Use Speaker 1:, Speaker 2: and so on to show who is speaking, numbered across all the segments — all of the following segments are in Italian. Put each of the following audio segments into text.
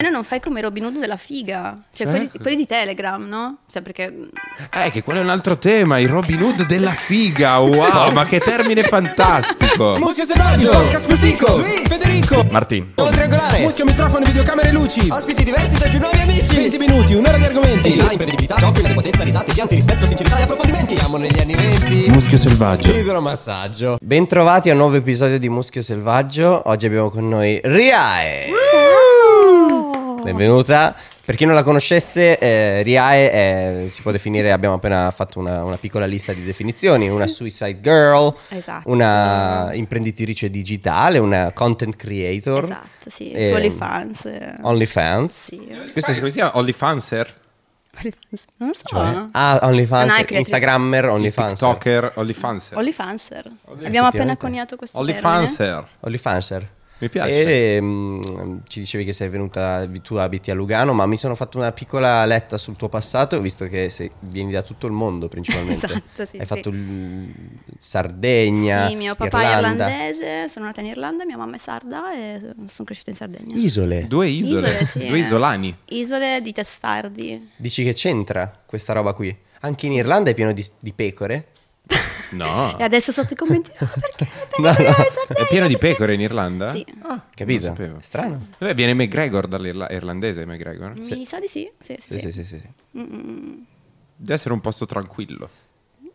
Speaker 1: No, non fai come Robin Hood della figa, cioè
Speaker 2: Certo.
Speaker 1: quelli, quelli di Telegram, no? Cioè perché
Speaker 2: Eh, che quello è un altro tema, il Robin Hood della figa. Wow, ma che termine fantastico.
Speaker 3: Muschio selvaggio, podcast più fico,
Speaker 2: Federico,
Speaker 4: Martin,
Speaker 3: Nuovo triangolare,
Speaker 2: muschio, microfono, videocamere, luci.
Speaker 3: ospiti diversi tra più nuovi amici.
Speaker 2: 20 minuti, un'ora di argomenti.
Speaker 3: Design, imprevedibilità, giochi, potenza, risate, pianti, rispetto, sincerità e approfondimenti. Siamo negli anni 20.
Speaker 2: Muschio selvaggio.
Speaker 3: Idromassaggio. Bentrovati a un nuovo episodio di Muschio Selvaggio. Oggi abbiamo con noi Riae. Benvenuta. Per chi non la conoscesse, eh, Riae è- si può definire, abbiamo appena fatto una, una piccola lista di definizioni, una suicide girl,
Speaker 1: Esatto.
Speaker 3: una imprenditrice digitale, una content creator.
Speaker 1: Esatto, sì,
Speaker 3: Eh,
Speaker 2: Ehm,
Speaker 1: su OnlyFans. eh,
Speaker 3: OnlyFans.
Speaker 1: sì.
Speaker 2: Questo si- come si chiama? OnlyFanser?
Speaker 1: OnlyFans, Non lo so.
Speaker 2: Cioè,
Speaker 3: Ah, OnlyFans,
Speaker 1: Non hai creatività.
Speaker 3: Instagrammer, OnlyFans.
Speaker 2: TikToker, OnlyFanser.
Speaker 1: OnlyFanser. Abbiamo appena coniato questo termine.
Speaker 2: OnlyFanser.
Speaker 3: OnlyFanser.
Speaker 2: Mi piace.
Speaker 3: E, mm, ci dicevi che sei venuta, tu abiti a Lugano, ma mi sono fatto una piccola letta sul tuo passato, visto che sei- vieni da tutto il mondo principalmente.
Speaker 1: Esatto, sì, sì.
Speaker 3: Hai fatto il- Sardegna,
Speaker 1: Sì, mio papà è
Speaker 3: Irlanda.
Speaker 1: irlandese, sono nata in Irlanda, mia mamma è sarda e sono cresciuta in Sardegna.
Speaker 3: Isole.
Speaker 2: Due isole,
Speaker 1: sì,
Speaker 2: due
Speaker 1: eh.
Speaker 2: isolani.
Speaker 1: Isole di testardi.
Speaker 3: Dici che c'entra questa roba qui? Anche in Irlanda è pieno di, di pecore?
Speaker 2: No.
Speaker 1: E adesso sotto i commenti, "Oh, perché?
Speaker 3: No, no.
Speaker 2: Ah. È pieno eh? di pecore in Irlanda?
Speaker 1: Sì.
Speaker 3: Capito?
Speaker 2: Ah, sapevo.
Speaker 3: Strano.
Speaker 2: Vabbè, viene McGregor dall'irlandese, McGregor.
Speaker 1: Mi sa di sì. Sì, sì, sì.
Speaker 3: Sì, sì, sì, sì, sì.
Speaker 2: Deve essere un posto tranquillo.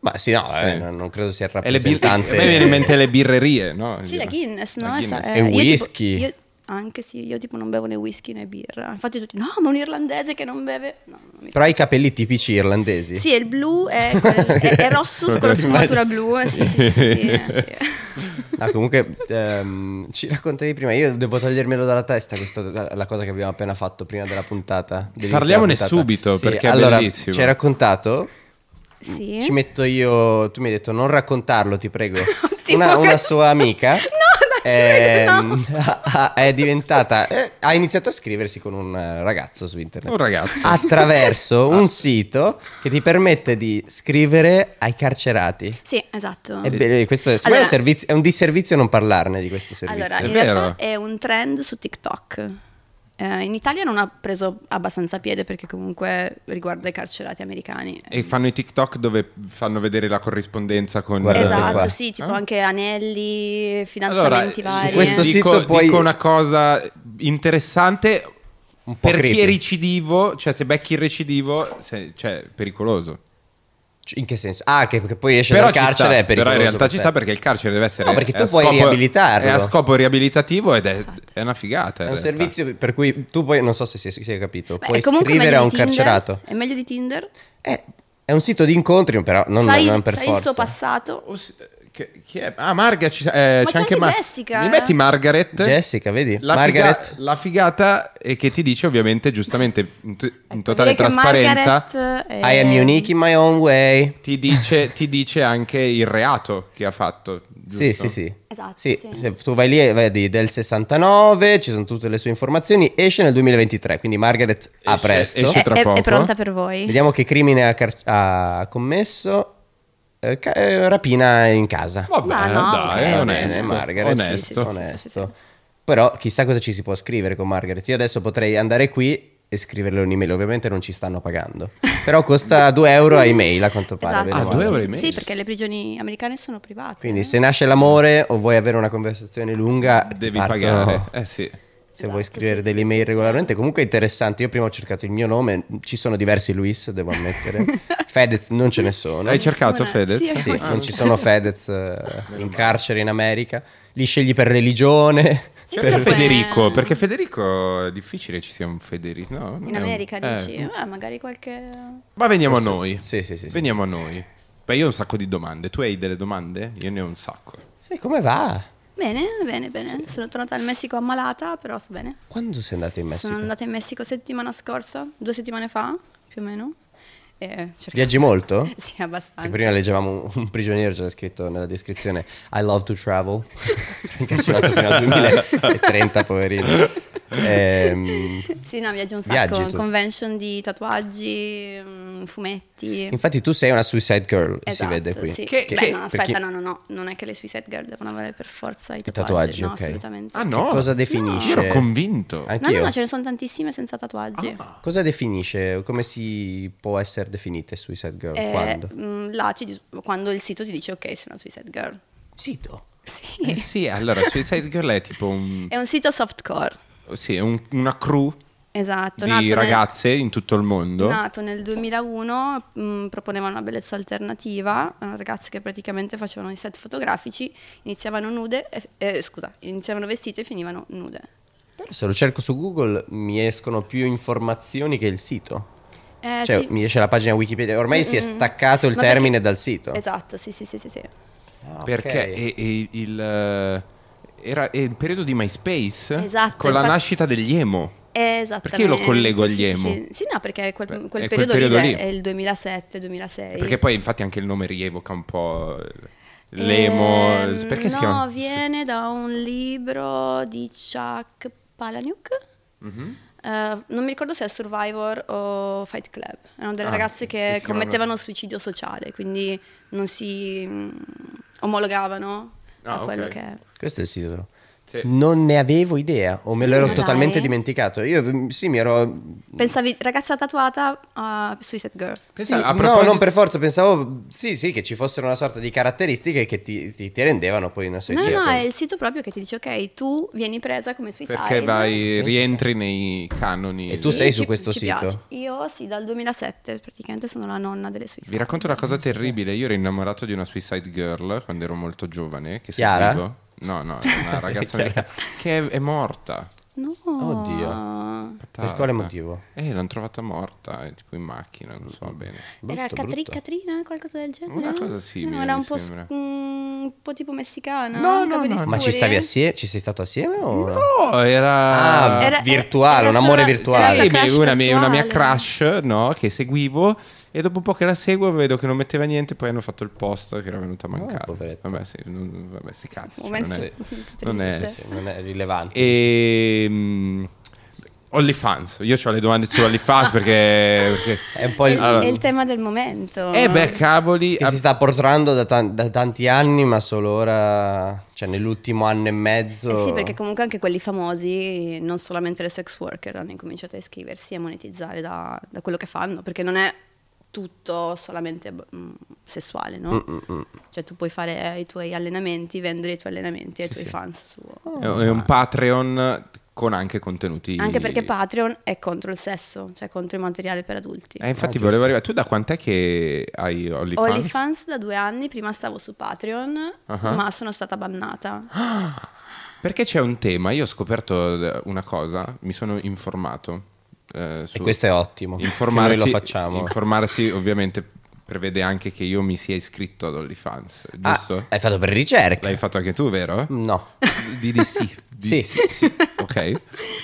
Speaker 3: Ma sì, no, eh,
Speaker 2: Sì.
Speaker 3: non non credo sia il
Speaker 2: E le bir- a
Speaker 3: rappresentante.
Speaker 2: me viene in mente le birrerie, no?
Speaker 1: Sì, la Guinness, no?
Speaker 2: La
Speaker 1: Esa-
Speaker 2: Guinness.
Speaker 1: eh,
Speaker 3: E
Speaker 1: io tipo-
Speaker 3: whisky.
Speaker 1: io- anche sì, io tipo non bevo né whisky né birra. Infatti tutti, no, ma un irlandese che non beve... No, non mi
Speaker 3: Però hai i capelli tipici irlandesi.
Speaker 1: Sì, il blu è, è- è rosso con la sfumatura blu. eh, Sì, sì, sì, sì, eh, sì.
Speaker 3: Ah, comunque ehm, ci raccontavi prima, io devo togliermelo dalla testa questa la, la cosa che abbiamo appena fatto prima della puntata. dell'inizio
Speaker 2: Parliamone
Speaker 3: della puntata.
Speaker 2: subito, perché è
Speaker 3: allora,
Speaker 2: bellissimo.
Speaker 3: Ci hai raccontato,
Speaker 1: Sì.
Speaker 3: ci metto io, tu mi hai detto non raccontarlo, ti prego.
Speaker 1: Oddio,
Speaker 3: una, una
Speaker 1: che-
Speaker 3: sua amica
Speaker 1: No, dai,
Speaker 3: ehm,
Speaker 1: credo,
Speaker 3: ha- è diventata, eh, ha iniziato a scriversi con un eh, ragazzo su internet.
Speaker 2: Un ragazzo. Ah.
Speaker 3: Attraverso un sito che ti permette di scrivere ai carcerati.
Speaker 1: Sì, esatto.
Speaker 3: È be- eh, questo è, secondo me
Speaker 1: Allora-
Speaker 3: è un servizio- è un disservizio non parlarne di questo servizio.
Speaker 1: Allora,
Speaker 2: È
Speaker 1: in
Speaker 2: vero.
Speaker 1: realtà è un trend su TikTok. Eh, in Italia non ha preso abbastanza piede perché comunque riguarda i carcerati americani.
Speaker 2: E fanno i TikTok dove fanno vedere la corrispondenza con...
Speaker 3: Guarda,
Speaker 1: esatto,
Speaker 3: qua.
Speaker 1: sì, tipo
Speaker 2: Ah.
Speaker 1: anche anelli,
Speaker 2: Allora,
Speaker 1: finanziamenti
Speaker 2: su
Speaker 1: vari. eh.
Speaker 2: questo
Speaker 3: Questo
Speaker 2: dico,
Speaker 3: sito puoi-
Speaker 2: dico una cosa interessante.
Speaker 3: Un po'
Speaker 2: Per chi è
Speaker 3: creepy.
Speaker 2: recidivo, cioè se becchi il recidivo, se- cioè è pericoloso.
Speaker 3: C- In che senso? Ah, che, che poi esce
Speaker 2: Però,
Speaker 3: dal
Speaker 2: ci
Speaker 3: carcere
Speaker 2: sta,
Speaker 3: è pericoloso.
Speaker 2: però in realtà
Speaker 3: per
Speaker 2: ci
Speaker 3: te.
Speaker 2: sta perché il carcere deve essere...
Speaker 3: No, perché
Speaker 2: è
Speaker 3: tu
Speaker 2: a
Speaker 3: puoi
Speaker 2: scopo-
Speaker 3: riabilitarlo.
Speaker 2: È a scopo riabilitativo ed
Speaker 1: Esatto.
Speaker 2: è, è una figata. in
Speaker 3: È un
Speaker 2: realtà.
Speaker 3: servizio per cui tu puoi, non so se si si è capito,
Speaker 1: Beh,
Speaker 3: puoi
Speaker 1: comunque è
Speaker 3: scrivere
Speaker 1: meglio
Speaker 3: a un
Speaker 1: di Tinder,
Speaker 3: carcerato.
Speaker 1: È meglio di Tinder.
Speaker 3: Eh, è un sito di incontri, però non,
Speaker 1: sai
Speaker 3: non per
Speaker 1: sai il
Speaker 3: forza.
Speaker 1: suo passato.
Speaker 2: Oh, sì, che- chi è? Ah, Marga ci- eh,
Speaker 1: Ma c'è anche
Speaker 2: Mar-
Speaker 1: Jessica. eh.
Speaker 2: Mi metti Margaret?
Speaker 3: Jessica, vedi?
Speaker 2: La,
Speaker 3: Margaret.
Speaker 2: figa- la figata è che ti dice ovviamente giustamente in, t- in totale
Speaker 1: Ecco, Direi che
Speaker 2: trasparenza
Speaker 1: Margaret eh, è-
Speaker 3: I am unique in my own way.
Speaker 2: ti dice, ti dice anche il reato che ha fatto.
Speaker 3: Sì,
Speaker 2: giusto?
Speaker 3: sì, sì.
Speaker 1: Esatto,
Speaker 3: Sì,
Speaker 1: sì.
Speaker 3: se tu vai lì e vedi del 69, ci sono tutte le sue informazioni, esce nel 2023, quindi Margaret a
Speaker 2: Esce-
Speaker 3: presto.
Speaker 2: esce-
Speaker 1: È,
Speaker 2: tra
Speaker 1: è- è
Speaker 2: poco.
Speaker 1: pronta per voi.
Speaker 3: Vediamo che crimine ha, car- ha commesso. Eh, ca- eh, rapina in casa.
Speaker 2: Vabbè,
Speaker 1: Ma no,
Speaker 2: dai,
Speaker 1: ok,
Speaker 2: è
Speaker 3: Eh,
Speaker 1: va
Speaker 2: onesto.
Speaker 3: bene, Margaret,
Speaker 2: onesto.
Speaker 3: sì, sì, sì, onesto. Però chissà cosa ci si può scrivere con Margaret. Io adesso potrei andare qui e scriverle un'email. Ovviamente non ci stanno pagando. Però costa 2 euro a email a quanto
Speaker 1: Esatto.
Speaker 3: pare. vedo
Speaker 2: Ah,
Speaker 3: male.
Speaker 2: due euro e mezzo.
Speaker 1: Sì, perché le prigioni americane sono private. Eh.
Speaker 3: Quindi se nasce l'amore o vuoi avere una conversazione lunga, ti
Speaker 2: Devi
Speaker 3: partono-
Speaker 2: pagare. Eh sì.
Speaker 3: Se vuoi scrivere delle email regolarmente, comunque è interessante. Io prima ho cercato il mio nome, ci sono diversi Luis, devo ammettere. Fedez non ce ne sono.
Speaker 2: Hai cercato
Speaker 1: Sì,
Speaker 2: Fedez?
Speaker 1: sì.
Speaker 3: Sì,
Speaker 1: Ah,
Speaker 3: non ci sono Fedez eh, in carcere in America. Li scegli per religione.
Speaker 1: Sì,
Speaker 2: Perché
Speaker 1: comunque-
Speaker 2: Federico? Perché Federico è difficile ci sia un Federico. no? Non
Speaker 1: In
Speaker 2: è un-
Speaker 1: America
Speaker 2: eh.
Speaker 1: dici, "Ah, magari qualche...
Speaker 2: Ma veniamo
Speaker 3: Posso-
Speaker 2: a noi.
Speaker 3: Sì, sì, sì, sì.
Speaker 2: Veniamo a noi. Beh, io ho un sacco di domande. Tu hai delle domande? Io ne ho un sacco.
Speaker 3: Sì, come va?
Speaker 1: Bene, bene, bene. Sono tornata al Messico ammalata, però sto bene.
Speaker 3: Quando sei andato in Messico?
Speaker 1: Sono andata in Messico settimana scorsa, due settimane fa, più o meno. E cercavo-
Speaker 3: Viaggi molto?
Speaker 1: Sì, abbastanza.
Speaker 3: Che prima leggevamo un, un prigioniero, c'era scritto nella descrizione I love to travel. Incarcerato fino al 2030, poverino. Ehm,
Speaker 1: Sì, no, viaggio un
Speaker 3: Viaggi
Speaker 1: sacco.
Speaker 3: tu.
Speaker 1: Convention di tatuaggi, mm, fumetti.
Speaker 3: infatti tu sei una suicide girl, si
Speaker 1: Esatto,
Speaker 3: vede qui.
Speaker 1: sì.
Speaker 2: Che-
Speaker 1: Beh,
Speaker 2: che-
Speaker 1: no, aspetta,
Speaker 3: perché-
Speaker 1: no, no, no, non è che le Suicide Girl devono avere per forza i
Speaker 3: tatuaggi,
Speaker 1: tatuaggi. no,
Speaker 3: ok.
Speaker 1: assolutamente.
Speaker 2: Ah no?
Speaker 3: cosa definisce?
Speaker 2: Io ero convinto.
Speaker 1: No, no,
Speaker 3: Anch'io.
Speaker 1: no, ce ne sono tantissime senza tatuaggi.
Speaker 2: Ah,
Speaker 3: Cosa definisce? Come si può essere definite suicide girl?
Speaker 1: Eh,
Speaker 3: Quando?
Speaker 1: mh, là ti dis- quando il sito ti dice ok, sei una Suicide Girl.
Speaker 3: Sito.
Speaker 1: Sì.
Speaker 2: Eh sì, allora Suicide Girl è tipo un,
Speaker 1: È un sito softcore.
Speaker 2: sì, è un- una crew
Speaker 1: Esatto, nato
Speaker 2: di
Speaker 1: nel-
Speaker 2: ragazze in tutto il mondo.
Speaker 1: Nato nel 2001, mh, proponeva una bellezza alternativa, eh, ragazze che praticamente facevano i set fotografici, iniziavano nude, e- eh, scusa, iniziavano vestite e finivano nude.
Speaker 3: Però se lo cerco su Google mi escono più informazioni che il sito.
Speaker 1: Eh,
Speaker 3: cioè
Speaker 1: sì.
Speaker 3: mi esce la pagina Wikipedia. Ormai si è
Speaker 1: Mm-mm.
Speaker 3: staccato il
Speaker 1: Ma perché-
Speaker 3: termine dal sito.
Speaker 1: Esatto, sì, sì, sì, sì, sì.
Speaker 3: Ah, ok.
Speaker 2: Perché e- e il, eh, era è il periodo di MySpace
Speaker 1: Esatto,
Speaker 2: con la
Speaker 1: infatti-
Speaker 2: nascita degli emo.
Speaker 1: Esattamente.
Speaker 2: Perché io lo collego agli
Speaker 1: Sì,
Speaker 2: emo?
Speaker 1: Sì, sì. Sì, no, perché quel,
Speaker 2: Beh,
Speaker 1: quel
Speaker 2: è quel
Speaker 1: periodo,
Speaker 2: periodo
Speaker 1: lì,
Speaker 2: lì.
Speaker 1: è il 2007-2006.
Speaker 2: Perché poi infatti anche il nome rievoca un po' l'emo.
Speaker 1: Ehm,
Speaker 2: perché
Speaker 1: no,
Speaker 2: si chiama?
Speaker 1: viene da un libro di Chuck Palahniuk.
Speaker 2: Mhm.
Speaker 1: Eh, non mi ricordo se è Survivor o Fight Club. Erano delle
Speaker 2: Ah,
Speaker 1: ragazze
Speaker 2: che
Speaker 1: che
Speaker 2: si
Speaker 1: commettevano
Speaker 2: chiamavano-
Speaker 1: suicidio sociale, quindi non si mm, omologavano
Speaker 2: Ah,
Speaker 1: a
Speaker 2: ok.
Speaker 1: quello che è.
Speaker 3: Questo è il sito.
Speaker 2: Sì.
Speaker 3: Non ne avevo idea, o me l'ero
Speaker 1: Ma
Speaker 3: totalmente
Speaker 1: dai.
Speaker 3: dimenticato. Io mm, sì, mi ero.
Speaker 1: Pensavi ragazza tatuata a Suicide Girl.
Speaker 2: Pensa,
Speaker 3: sì,
Speaker 2: a
Speaker 3: No,
Speaker 2: proposito-
Speaker 3: non per forza, pensavo sì, sì, che ci fossero una sorta di caratteristiche che ti, ti- ti rendevano poi una
Speaker 1: No,
Speaker 3: suicida.
Speaker 1: no, è il sito proprio che ti dice ok, tu vieni presa come suicide.
Speaker 2: Perché vai,
Speaker 3: Pensa.
Speaker 2: rientri nei canoni.
Speaker 3: E tu
Speaker 1: Sì,
Speaker 3: sei su
Speaker 1: ci-
Speaker 3: questo
Speaker 1: ci
Speaker 3: sito?
Speaker 1: piace. Io sì, dal 2007 praticamente sono la nonna delle suicide.
Speaker 2: Vi racconto una cosa terribile. Io ero innamorato di una Suicide Girl quando ero molto giovane. Che
Speaker 3: Chiara?
Speaker 2: seguivo. No, no, è una ragazza americana che è, è morta.
Speaker 1: No.
Speaker 3: Oddio. Per
Speaker 2: Patata.
Speaker 3: quale motivo?
Speaker 2: Eh, l'hanno trovata morta, eh, tipo in macchina, non so bene.
Speaker 1: Era
Speaker 3: Brutto,
Speaker 1: Catri-
Speaker 3: brutto.
Speaker 1: Catrina, qualcosa del genere?
Speaker 2: Una cosa simile,
Speaker 1: No, era un
Speaker 2: mi
Speaker 1: po',
Speaker 2: sembra.
Speaker 1: sc- mm, un po' tipo messicana.
Speaker 2: No, no,
Speaker 1: capelli
Speaker 2: no, no.
Speaker 3: Ma ci
Speaker 1: scuri.
Speaker 3: stavi assieme? Ci sei stato assieme? O...
Speaker 2: No, Oh, era...
Speaker 3: Ah, Era- virtuale, un amore
Speaker 2: Sì,
Speaker 3: virtuale.
Speaker 1: solo
Speaker 2: mi- una, mia, una mia
Speaker 1: virtuale.
Speaker 2: crush no, che seguivo e dopo un po' che la seguo vedo che non metteva niente, poi hanno fatto il post che era venuto a mancare.
Speaker 3: Ah, poveretto.
Speaker 2: vabbè, sì, non- vabbè, sti cazzi. cioè,
Speaker 1: Momento
Speaker 2: non è,
Speaker 1: triste.
Speaker 2: non è-
Speaker 3: Sì, Cioè, non è rilevante.
Speaker 2: E... mm, OnlyFans, io ho le domande su OnlyFans perché... perché...
Speaker 3: È un po' il-
Speaker 1: È-
Speaker 2: Allora.
Speaker 1: È il tema del momento.
Speaker 2: Eh beh, cavoli...
Speaker 3: Che si sta portando da, tan- da tanti anni, ma solo ora, cioè nell'ultimo anno e mezzo.
Speaker 1: Eh sì, perché comunque anche quelli famosi, non solamente le sex worker, hanno incominciato a iscriversi e a monetizzare da, da quello che fanno, perché non è tutto solamente mm, sessuale, no? Cioè tu puoi fare i tuoi allenamenti, vendere i tuoi allenamenti ai tuoi fans su...
Speaker 2: È è un Patreon con anche contenuti...
Speaker 1: Anche perché Patreon è contro il sesso, cioè contro il materiale per adulti.
Speaker 2: Eh, infatti volevo arrivare... Tu da quant'è che hai OnlyFans?
Speaker 1: OnlyFans da due anni, prima stavo su Patreon,
Speaker 2: Ah.
Speaker 1: ma sono stata bannata.
Speaker 2: Perché c'è un tema, io ho scoperto eh, una cosa, mi sono informato. eh, su-
Speaker 3: E questo è ottimo. che
Speaker 2: informarsi,
Speaker 3: Noi lo facciamo.
Speaker 2: Informarsi ovviamente prevede anche che io mi sia iscritto ad OnlyFans,
Speaker 3: Ah, eh.
Speaker 2: giusto?
Speaker 3: hai fatto per ricerca?
Speaker 2: L'hai fatto anche tu, vero?
Speaker 3: No.
Speaker 2: Di, di sì, di
Speaker 3: Sì.
Speaker 2: sì, sì, ok. E,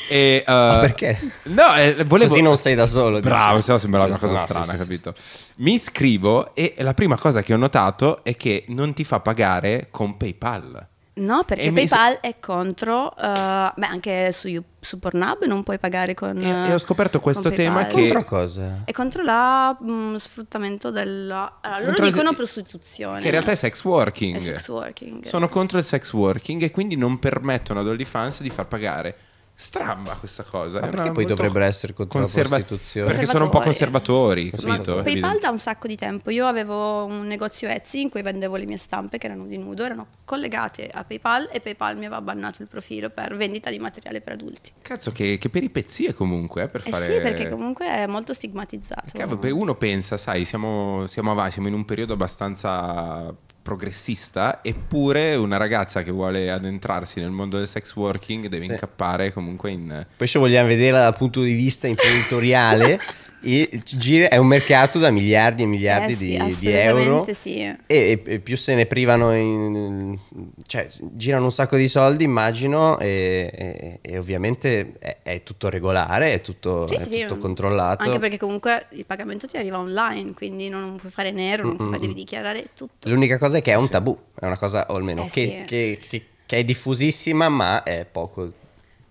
Speaker 2: eh,
Speaker 3: Ma perché?
Speaker 2: No, eh, volevo...
Speaker 3: Così non sei da solo.
Speaker 2: Bravo,
Speaker 3: dici.
Speaker 2: se no sembrava una
Speaker 3: Giusto,
Speaker 2: cosa
Speaker 3: no, sì,
Speaker 2: strana,
Speaker 3: sì, sì,
Speaker 2: capito? Mi iscrivo e la prima cosa che ho notato è che non ti fa pagare con PayPal.
Speaker 1: No, perché
Speaker 2: E mi-
Speaker 1: PayPal è contro. eh, beh, anche su, You- su Pornhub non puoi pagare con.
Speaker 2: E- e ho scoperto questo
Speaker 1: con
Speaker 2: tema
Speaker 1: PayPal.
Speaker 2: che-
Speaker 3: Contro cosa?
Speaker 1: È contro la mh, sfruttamento della. Allora,
Speaker 2: Contro-
Speaker 1: loro dicono prostituzione.
Speaker 2: Che in realtà è sex working.
Speaker 1: È sex working.
Speaker 2: Sono contro il sex working e quindi non permettono ad OnlyFans di far pagare. Stramba questa cosa.
Speaker 3: Ma
Speaker 2: è
Speaker 3: perché
Speaker 2: una
Speaker 3: poi
Speaker 2: molto
Speaker 3: dovrebbero essere contro la prostituzione?
Speaker 2: Perché sono un po'
Speaker 1: Conservatori.
Speaker 2: conservatori,
Speaker 1: Ma
Speaker 2: capito?
Speaker 1: PayPal da un sacco di tempo. Io avevo un negozio Etsy in cui vendevo le mie stampe che erano di nudo, erano collegate a PayPal e PayPal mi aveva bannato il profilo per vendita di materiale per adulti.
Speaker 2: Cazzo, che, che peripezie comunque eh, per
Speaker 1: Eh
Speaker 2: fare...
Speaker 1: sì, perché comunque è molto stigmatizzato.
Speaker 2: Cavolo, poi uno pensa, sai, siamo, siamo avanti, siamo in un periodo abbastanza progressista, eppure una ragazza che vuole addentrarsi nel mondo del sex working deve
Speaker 3: Sì.
Speaker 2: incappare comunque in...
Speaker 3: Poi se vogliamo vederla dal punto di vista imprenditoriale, e ci gira- è un mercato da miliardi e miliardi
Speaker 1: Eh sì,
Speaker 3: di- di,
Speaker 1: assolutamente
Speaker 3: euro.
Speaker 1: sì.
Speaker 3: E, e- e più se ne privano, in- cioè girano un sacco di soldi, immagino, e, e- e ovviamente è, è tutto regolare, è tutto,
Speaker 1: Sì,
Speaker 3: è
Speaker 1: sì,
Speaker 3: tutto
Speaker 1: sì.
Speaker 3: controllato.
Speaker 1: Anche perché comunque il pagamento ti arriva online, quindi non puoi fare nero, non puoi- devi dichiarare tutto.
Speaker 3: L'unica cosa è che è un tabù, è una cosa, o almeno,
Speaker 1: Eh
Speaker 3: che,
Speaker 1: sì.
Speaker 3: che- che- che è diffusissima, ma è poco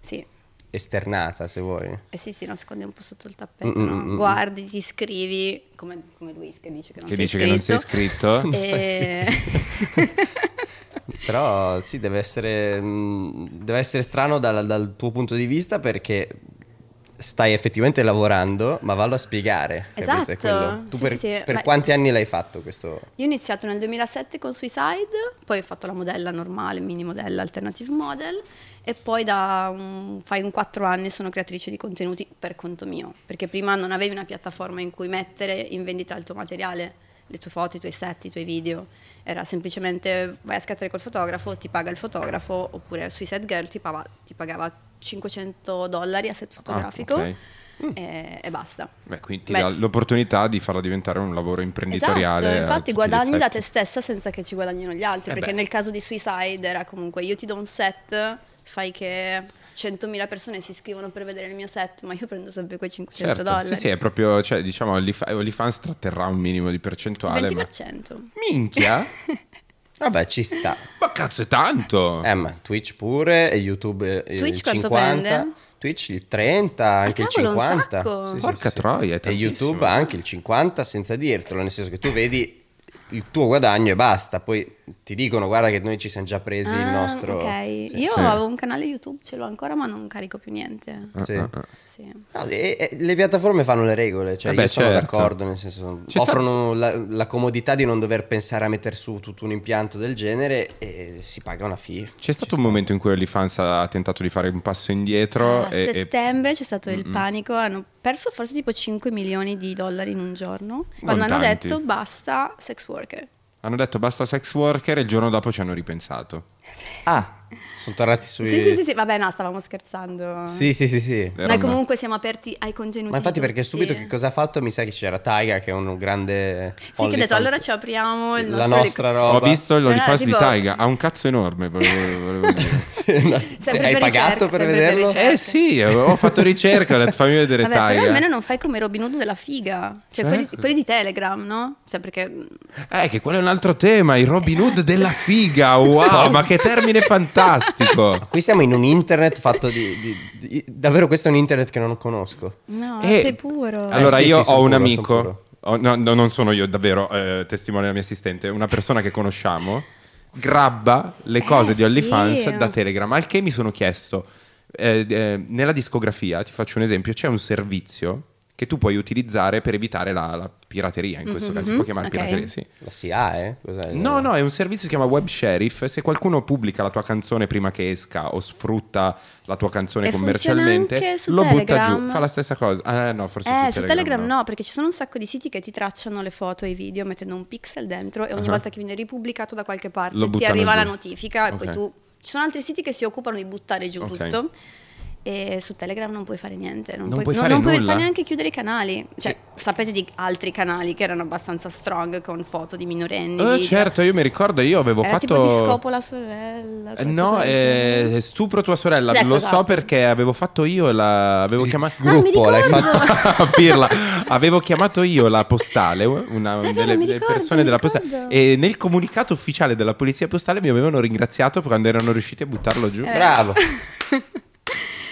Speaker 1: Sì.
Speaker 3: esternata, se vuoi.
Speaker 1: Eh sì, si nasconde un po' sotto il tappeto,
Speaker 3: Mm,
Speaker 1: no?
Speaker 3: mm, mm.
Speaker 1: Guardi, ti iscrivi, come, come Luis che dice che non
Speaker 2: Che
Speaker 1: sei
Speaker 2: dice che non sei iscritto.
Speaker 3: Non sei Però sì, deve essere, mh, deve essere strano dal, dal tuo punto di vista perché stai effettivamente lavorando, ma vallo a spiegare. capito?
Speaker 1: Esatto,
Speaker 3: È quello. Tu
Speaker 1: sì,
Speaker 3: per,
Speaker 1: sì,
Speaker 3: per
Speaker 1: ma-
Speaker 3: quanti anni l'hai fatto questo?
Speaker 1: Io ho iniziato nel 2007 con Suicide, poi ho fatto la modella normale, mini modella, alternative model e poi da un, fai un 4 anni sono creatrice di contenuti per conto mio, perché prima non avevi una piattaforma in cui mettere in vendita il tuo materiale, le tue foto, i tuoi set, i tuoi video, era semplicemente vai a scattare col fotografo, ti paga il fotografo, oppure Suicide Girl ti pava- ti pagava, 500 dollari a set fotografico
Speaker 2: Ah, ok. Mm.
Speaker 1: e, e basta.
Speaker 2: Beh, quindi ti
Speaker 1: Beh,
Speaker 2: dà l'opportunità di farla diventare un lavoro imprenditoriale.
Speaker 1: Esatto,
Speaker 2: a
Speaker 1: infatti
Speaker 2: tutti gli
Speaker 1: guadagni da
Speaker 2: effetti.
Speaker 1: te stessa senza che ci guadagnino gli altri,
Speaker 2: Eh
Speaker 1: perché
Speaker 2: beh.
Speaker 1: nel caso di Suicide era comunque io ti do un set, fai che 100.000 persone si iscrivono per vedere il mio set, ma io prendo sempre quei 500
Speaker 2: Certo,
Speaker 1: dollari.
Speaker 2: sì, sì, è proprio, cioè, diciamo, Olif- OnlyFans tratterrà un minimo di percentuale. Ma...
Speaker 1: 20%.
Speaker 2: Minchia?
Speaker 3: Vabbè, ci sta.
Speaker 2: ma cazzo, è tanto!
Speaker 3: Eh, ma Twitch pure, e YouTube eh,
Speaker 1: Twitch
Speaker 3: il
Speaker 1: quanto
Speaker 3: 50,
Speaker 1: prende?
Speaker 3: Twitch il 30, anche il
Speaker 1: cavolo, un
Speaker 3: 50.
Speaker 1: sacco.
Speaker 3: Sì, sì,
Speaker 2: Porca
Speaker 3: sì, sì.
Speaker 2: troia, è
Speaker 3: E
Speaker 2: tantissimo.
Speaker 3: YouTube anche il 50 senza dirtelo, nel senso che tu vedi il tuo guadagno e basta, poi ti dicono guarda che noi ci siamo già presi il
Speaker 1: Ah,
Speaker 3: nostro...
Speaker 1: ok.
Speaker 3: Sì,
Speaker 1: io
Speaker 2: sì.
Speaker 1: avevo un canale YouTube, ce l'ho ancora, ma non carico più niente.
Speaker 3: sì.
Speaker 2: Ah, ah, ah.
Speaker 1: Sì.
Speaker 3: No, e- e le piattaforme fanno le regole, cioè
Speaker 2: Vabbè,
Speaker 3: io sono
Speaker 2: certo.
Speaker 3: d'accordo, nel senso
Speaker 2: Ci sta-
Speaker 3: offrono la, la comodità di non dover pensare a mettere su tutto un impianto del genere e si paga una fee. cioè.
Speaker 2: C'è stato un momento in cui OnlyFans ha tentato di fare un passo indietro.
Speaker 1: A
Speaker 2: e- e-
Speaker 1: settembre c'è stato il panico, hanno perso forse tipo 5 milioni di dollari in un giorno, quando hanno
Speaker 2: tanti.
Speaker 1: detto basta sex worker.
Speaker 2: Hanno detto basta sex worker e il giorno dopo ci hanno ripensato.
Speaker 3: Ah, sono tornati sui...
Speaker 1: Sì, sì, sì, sì, vabbè, no, stavamo scherzando.
Speaker 3: Sì, sì, sì, sì.
Speaker 2: Era
Speaker 1: Noi
Speaker 2: una-
Speaker 1: comunque siamo aperti ai contenuti.
Speaker 3: Ma
Speaker 1: di
Speaker 3: infatti perché
Speaker 1: tutti.
Speaker 3: subito che cosa ha fatto? Mi sa che c'era Taiga che è un grande...
Speaker 1: Sì, che ho detto,
Speaker 3: OnlyFans.
Speaker 1: allora ci apriamo il
Speaker 3: La
Speaker 1: nostro
Speaker 3: nostra roba.
Speaker 2: Ho visto l'OnlyFans
Speaker 1: Eh,
Speaker 2: di
Speaker 1: tipo-
Speaker 2: Taiga, ha un cazzo enorme, volevo, volevo dire.
Speaker 3: No,
Speaker 1: Sempre
Speaker 3: hai
Speaker 1: per
Speaker 3: pagato
Speaker 1: ricerca,
Speaker 3: per
Speaker 1: sempre per
Speaker 3: vederlo?
Speaker 1: ricerca.
Speaker 2: eh sì, ho fatto ricerca, ho detto fammi vedere
Speaker 1: Vabbè,
Speaker 2: Taiga.
Speaker 1: però almeno non fai come Robin Hood della figa. Cioè, quelli,
Speaker 2: Certo.
Speaker 1: quelli di Telegram, no? Cioè, perché...
Speaker 2: Eh, che quello è un altro tema, il Robin Hood della figa, wow, ma che termine fantastico.
Speaker 3: Qui siamo in un internet fatto di, di- di- Davvero questo è un internet che non conosco.
Speaker 1: No,
Speaker 2: Eh,
Speaker 1: sei puro.
Speaker 2: Allora
Speaker 3: Eh, sì,
Speaker 2: io
Speaker 3: sì,
Speaker 2: ho
Speaker 3: sono
Speaker 2: un
Speaker 3: puro, sono
Speaker 2: amico,
Speaker 3: puro.
Speaker 2: ho- no, no, non sono io davvero, eh, testimone la mia assistente, una persona che conosciamo, grabba le
Speaker 1: Eh,
Speaker 2: cose di OnlyFans
Speaker 1: sì.
Speaker 2: da Telegram, al che mi sono chiesto, eh, eh, nella discografia, ti faccio un esempio, c'è un servizio che tu puoi utilizzare per evitare la, la pirateria, in
Speaker 3: Mm-hmm,
Speaker 2: questo caso si può chiamare
Speaker 1: ok.
Speaker 2: pirateria, sì.
Speaker 3: La si ha, eh? Cos'è?
Speaker 2: No, no, è un servizio che si chiama Web Sheriff. Se qualcuno pubblica la tua canzone prima che esca o sfrutta la tua canzone
Speaker 1: E
Speaker 2: commercialmente,
Speaker 1: funziona anche su
Speaker 2: lo butta
Speaker 1: Telegram?
Speaker 2: giù. Fa la stessa cosa. Ah, no, forse
Speaker 1: Eh,
Speaker 2: su Telegram.
Speaker 1: no. perché ci sono un sacco di siti che ti tracciano le foto e i video mettendo un pixel dentro e ogni
Speaker 2: Ah.
Speaker 1: volta che viene ripubblicato da qualche
Speaker 2: Lo
Speaker 1: parte ti
Speaker 2: buttano
Speaker 1: arriva
Speaker 2: giù.
Speaker 1: la notifica e
Speaker 2: Ok.
Speaker 1: poi tu... Ci sono altri siti che si occupano di buttare giù
Speaker 2: Ok.
Speaker 1: tutto e su Telegram non puoi fare niente, non,
Speaker 2: Non
Speaker 1: puoi,
Speaker 2: puoi
Speaker 1: no-
Speaker 2: fare
Speaker 1: non puoi
Speaker 2: nulla?
Speaker 1: neanche chiudere i canali. Cioè, sapete di altri canali che erano abbastanza strong con foto di minorenni.
Speaker 2: Eh,
Speaker 1: video.
Speaker 2: certo, io mi ricordo, io avevo
Speaker 1: Era
Speaker 2: fatto.
Speaker 1: tipo di scopo la sorella.
Speaker 2: Eh,
Speaker 1: qualcosa
Speaker 2: No,
Speaker 1: del genere.
Speaker 2: eh, stupro tua sorella,
Speaker 1: Esatto,
Speaker 2: lo so
Speaker 1: esatto.
Speaker 2: perché avevo fatto io la... avevo chiamato...
Speaker 1: Ah, mi
Speaker 3: gruppo, l'hai
Speaker 1: ricordo.
Speaker 3: fatto-
Speaker 2: Pirla. Avevo chiamato io la postale, una
Speaker 1: vero,
Speaker 2: delle
Speaker 1: mi
Speaker 2: delle
Speaker 1: ricordo,
Speaker 2: persone
Speaker 1: mi
Speaker 2: della
Speaker 1: ricordo.
Speaker 2: postale, e nel comunicato ufficiale della polizia postale mi avevano ringraziato per quando erano riusciti a buttarlo giù.
Speaker 1: Eh,
Speaker 3: Bravo.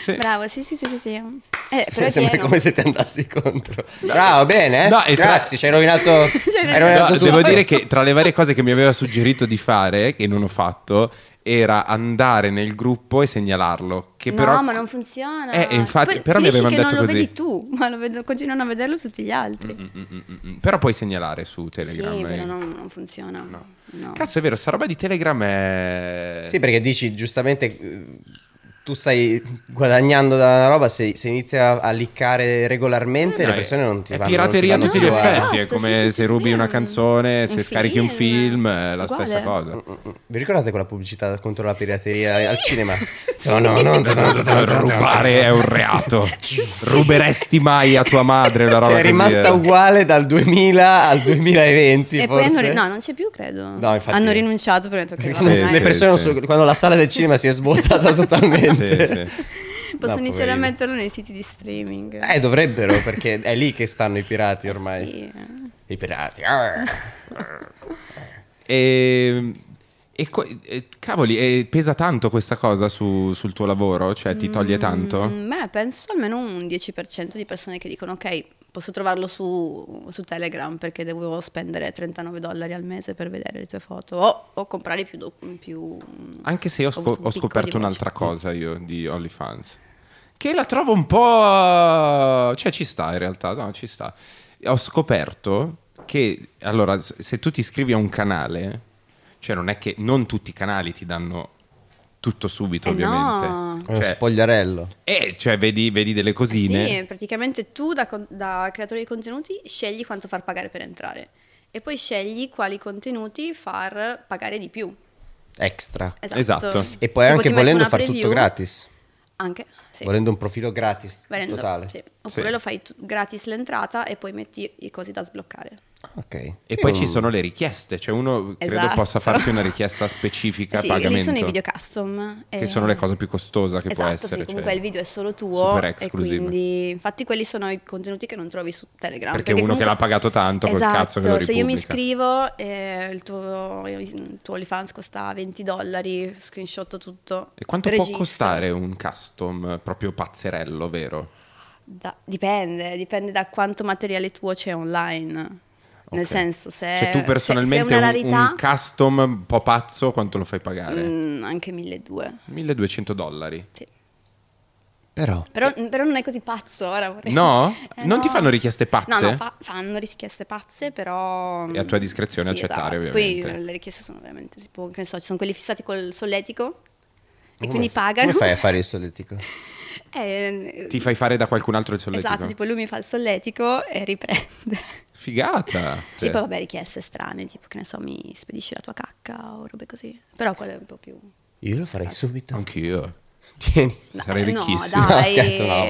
Speaker 2: Sì.
Speaker 1: Bravo, sì, sì, sì, sì. sì. Eh, però è
Speaker 3: Sembra
Speaker 1: pieno.
Speaker 3: come se ti andassi contro. Bravo, bene. eh?
Speaker 2: No, e tra-
Speaker 3: Grazie, ci hai rovinato. hai rovinato
Speaker 2: No,
Speaker 3: tutto.
Speaker 2: devo dire che tra le varie cose che mi aveva suggerito di fare, che non ho fatto, era andare nel gruppo e segnalarlo. Che
Speaker 1: no,
Speaker 2: però...
Speaker 1: ma non funziona.
Speaker 2: Eh, e infatti,
Speaker 1: Poi
Speaker 2: però mi
Speaker 1: finisci
Speaker 2: avevano
Speaker 1: che
Speaker 2: detto
Speaker 1: non
Speaker 2: così.
Speaker 1: lo vedi tu, ma lo vedo- continuano a vederlo tutti gli altri.
Speaker 2: Mm, mm, mm, mm. Però puoi segnalare su
Speaker 1: sì,
Speaker 2: Telegram. eh.
Speaker 1: però non, non funziona. No.
Speaker 2: Cazzo, è vero, sta roba di Telegram è.
Speaker 3: Sì, perché dici giustamente eh, tu stai guadagnando da una roba, se, se inizia a liccare regolarmente
Speaker 2: Eh,
Speaker 3: le
Speaker 2: no,
Speaker 3: persone
Speaker 2: è-
Speaker 3: non ti
Speaker 2: è
Speaker 3: fanno
Speaker 2: pirateria a
Speaker 3: non ti
Speaker 2: tutti gli
Speaker 3: vanno più eh. a-
Speaker 2: effetti. È
Speaker 1: Esatto,
Speaker 2: come
Speaker 1: sì, sì,
Speaker 2: se
Speaker 1: sì,
Speaker 2: rubi
Speaker 1: sì,
Speaker 2: una
Speaker 1: un-
Speaker 2: canzone, se
Speaker 1: un
Speaker 2: scarichi un
Speaker 1: film.
Speaker 2: film, è la
Speaker 1: Uguale.
Speaker 2: stessa cosa.
Speaker 3: Vi ricordate quella pubblicità contro la pirateria al cinema?
Speaker 2: Rubare è un reato. Ruberesti mai a tua madre una roba
Speaker 3: Che Cioè,
Speaker 2: così,
Speaker 3: è rimasta
Speaker 2: eh.
Speaker 3: uguale dal 2000 al 2020
Speaker 1: E poi
Speaker 3: forse.
Speaker 1: hanno, ri- no, non c'è più, credo.
Speaker 3: No, infatti-
Speaker 1: Hanno rinunciato per detto che
Speaker 3: Perché
Speaker 1: vabbè,
Speaker 2: sì,
Speaker 3: non-
Speaker 1: dai,
Speaker 3: le
Speaker 2: sì,
Speaker 3: persone non
Speaker 2: sì.
Speaker 3: so- quando la sala del cinema si è svuotata totalmente.
Speaker 2: Sì, sì.
Speaker 1: posso iniziare
Speaker 3: No,
Speaker 1: a
Speaker 3: poverino.
Speaker 1: metterlo nei siti di streaming.
Speaker 3: Eh, dovrebbero, perché è lì che stanno i pirati ormai.
Speaker 1: Sì, eh.
Speaker 2: Cioè
Speaker 3: I pirati. arr.
Speaker 2: E, Ehm, E co- e cavoli, e pesa tanto questa cosa su- sul tuo lavoro? Cioè, ti toglie tanto?
Speaker 1: Mm, Beh, penso almeno un 10% di persone che dicono ok, posso trovarlo su, su Telegram perché devo spendere 39 dollari al mese per vedere le tue foto o, o comprare più... doc- più-
Speaker 2: Anche se ho,
Speaker 1: avuto
Speaker 2: scop-
Speaker 1: un picco
Speaker 2: ho
Speaker 1: di
Speaker 2: scoperto
Speaker 1: voce.
Speaker 2: un'altra cosa io di OnlyFans, che la trovo un po'... cioè ci sta in realtà, no, ci sta. Ho scoperto che, allora, s- se tu ti iscrivi a un canale, cioè non è che non tutti i canali ti danno tutto subito,
Speaker 1: Eh no.
Speaker 2: ovviamente.
Speaker 3: È uno
Speaker 2: Cioè,
Speaker 3: spogliarello.
Speaker 2: eh, cioè, vedi, vedi delle cosine.
Speaker 1: Eh Sì, praticamente tu da, con- da creatore di contenuti scegli quanto far pagare per entrare e poi scegli quali contenuti far pagare di più.
Speaker 3: Extra.
Speaker 1: Esatto.
Speaker 2: Esatto.
Speaker 3: E poi
Speaker 1: Tipo ti
Speaker 3: anche
Speaker 1: metto
Speaker 3: volendo
Speaker 1: una
Speaker 3: far
Speaker 1: preview-
Speaker 3: tutto gratis.
Speaker 1: Anche, sì.
Speaker 3: Volendo un profilo gratis
Speaker 1: Volendo,
Speaker 3: totale.
Speaker 1: sì. Oppure
Speaker 2: Sì.
Speaker 1: lo fai tu- gratis l'entrata e poi metti i cosi da sbloccare.
Speaker 3: Ok. Mm.
Speaker 2: E
Speaker 3: Sì,
Speaker 2: poi
Speaker 3: un-
Speaker 2: ci sono le richieste, cioè uno credo
Speaker 1: Esatto.
Speaker 2: possa farti una richiesta specifica a
Speaker 1: sì,
Speaker 2: pagamento.
Speaker 1: lì sono i video custom.
Speaker 2: Che
Speaker 1: eh,
Speaker 2: sono le cose più costose che
Speaker 1: esatto,
Speaker 2: può essere.
Speaker 1: sì,
Speaker 2: cioè,
Speaker 1: comunque il video è solo tuo
Speaker 2: super
Speaker 1: e
Speaker 2: exclusive.
Speaker 1: quindi infatti quelli sono i contenuti che non trovi su Telegram.
Speaker 2: Perché uno che l'ha pagato tanto, col
Speaker 1: esatto,
Speaker 2: cazzo che lo
Speaker 1: se io mi
Speaker 2: ripubblica.
Speaker 1: iscrivo eh, il tuo, il tuo OnlyFans costa 20 dollari, screenshot tutto.
Speaker 2: E quanto
Speaker 1: registro.
Speaker 2: può costare un custom eh, proprio pazzerello, vero?
Speaker 1: Da- dipende, dipende da quanto materiale tuo c'è online. Nel
Speaker 2: Ok.
Speaker 1: senso, se,
Speaker 2: Cioè tu
Speaker 1: se-
Speaker 2: personalmente
Speaker 1: se è una
Speaker 2: un, un
Speaker 1: rarità,
Speaker 2: custom un po' pazzo quanto lo fai pagare?
Speaker 1: mm, anche 1200.
Speaker 2: 1200 dollari.
Speaker 1: Sì.
Speaker 3: Però...
Speaker 1: Però, però non è così pazzo ora. vorrei-
Speaker 2: eh. No?
Speaker 1: Eh,
Speaker 2: Non ti fanno richieste pazze?
Speaker 1: No, no, fa- fanno richieste pazze, però... mm,
Speaker 2: E a tua discrezione
Speaker 1: sì,
Speaker 2: accettare,
Speaker 1: esatto.
Speaker 2: ovviamente.
Speaker 1: Poi le richieste sono veramente tipo, che ne so, ci sono quelli fissati col solletico e
Speaker 3: Come
Speaker 1: quindi
Speaker 3: fa-
Speaker 1: pagano.
Speaker 3: Come fai a fare il solletico?
Speaker 1: Eh,
Speaker 2: Ti fai fare da qualcun altro il solletico?
Speaker 1: Esatto, tipo lui mi fa il solletico e riprende.
Speaker 2: Figata!
Speaker 1: Sì,
Speaker 2: Cioè,
Speaker 1: poi vabbè, richieste strane, tipo che ne so, mi spedisci la tua cacca o robe così. Però quello è un po' più...
Speaker 3: Io lo farei
Speaker 1: Esatto.
Speaker 3: subito.
Speaker 2: Anch'io.
Speaker 3: Tieni.
Speaker 2: Sarei
Speaker 1: Eh,
Speaker 2: ricchissimo.
Speaker 1: No, dai,
Speaker 3: No, scherzo, no.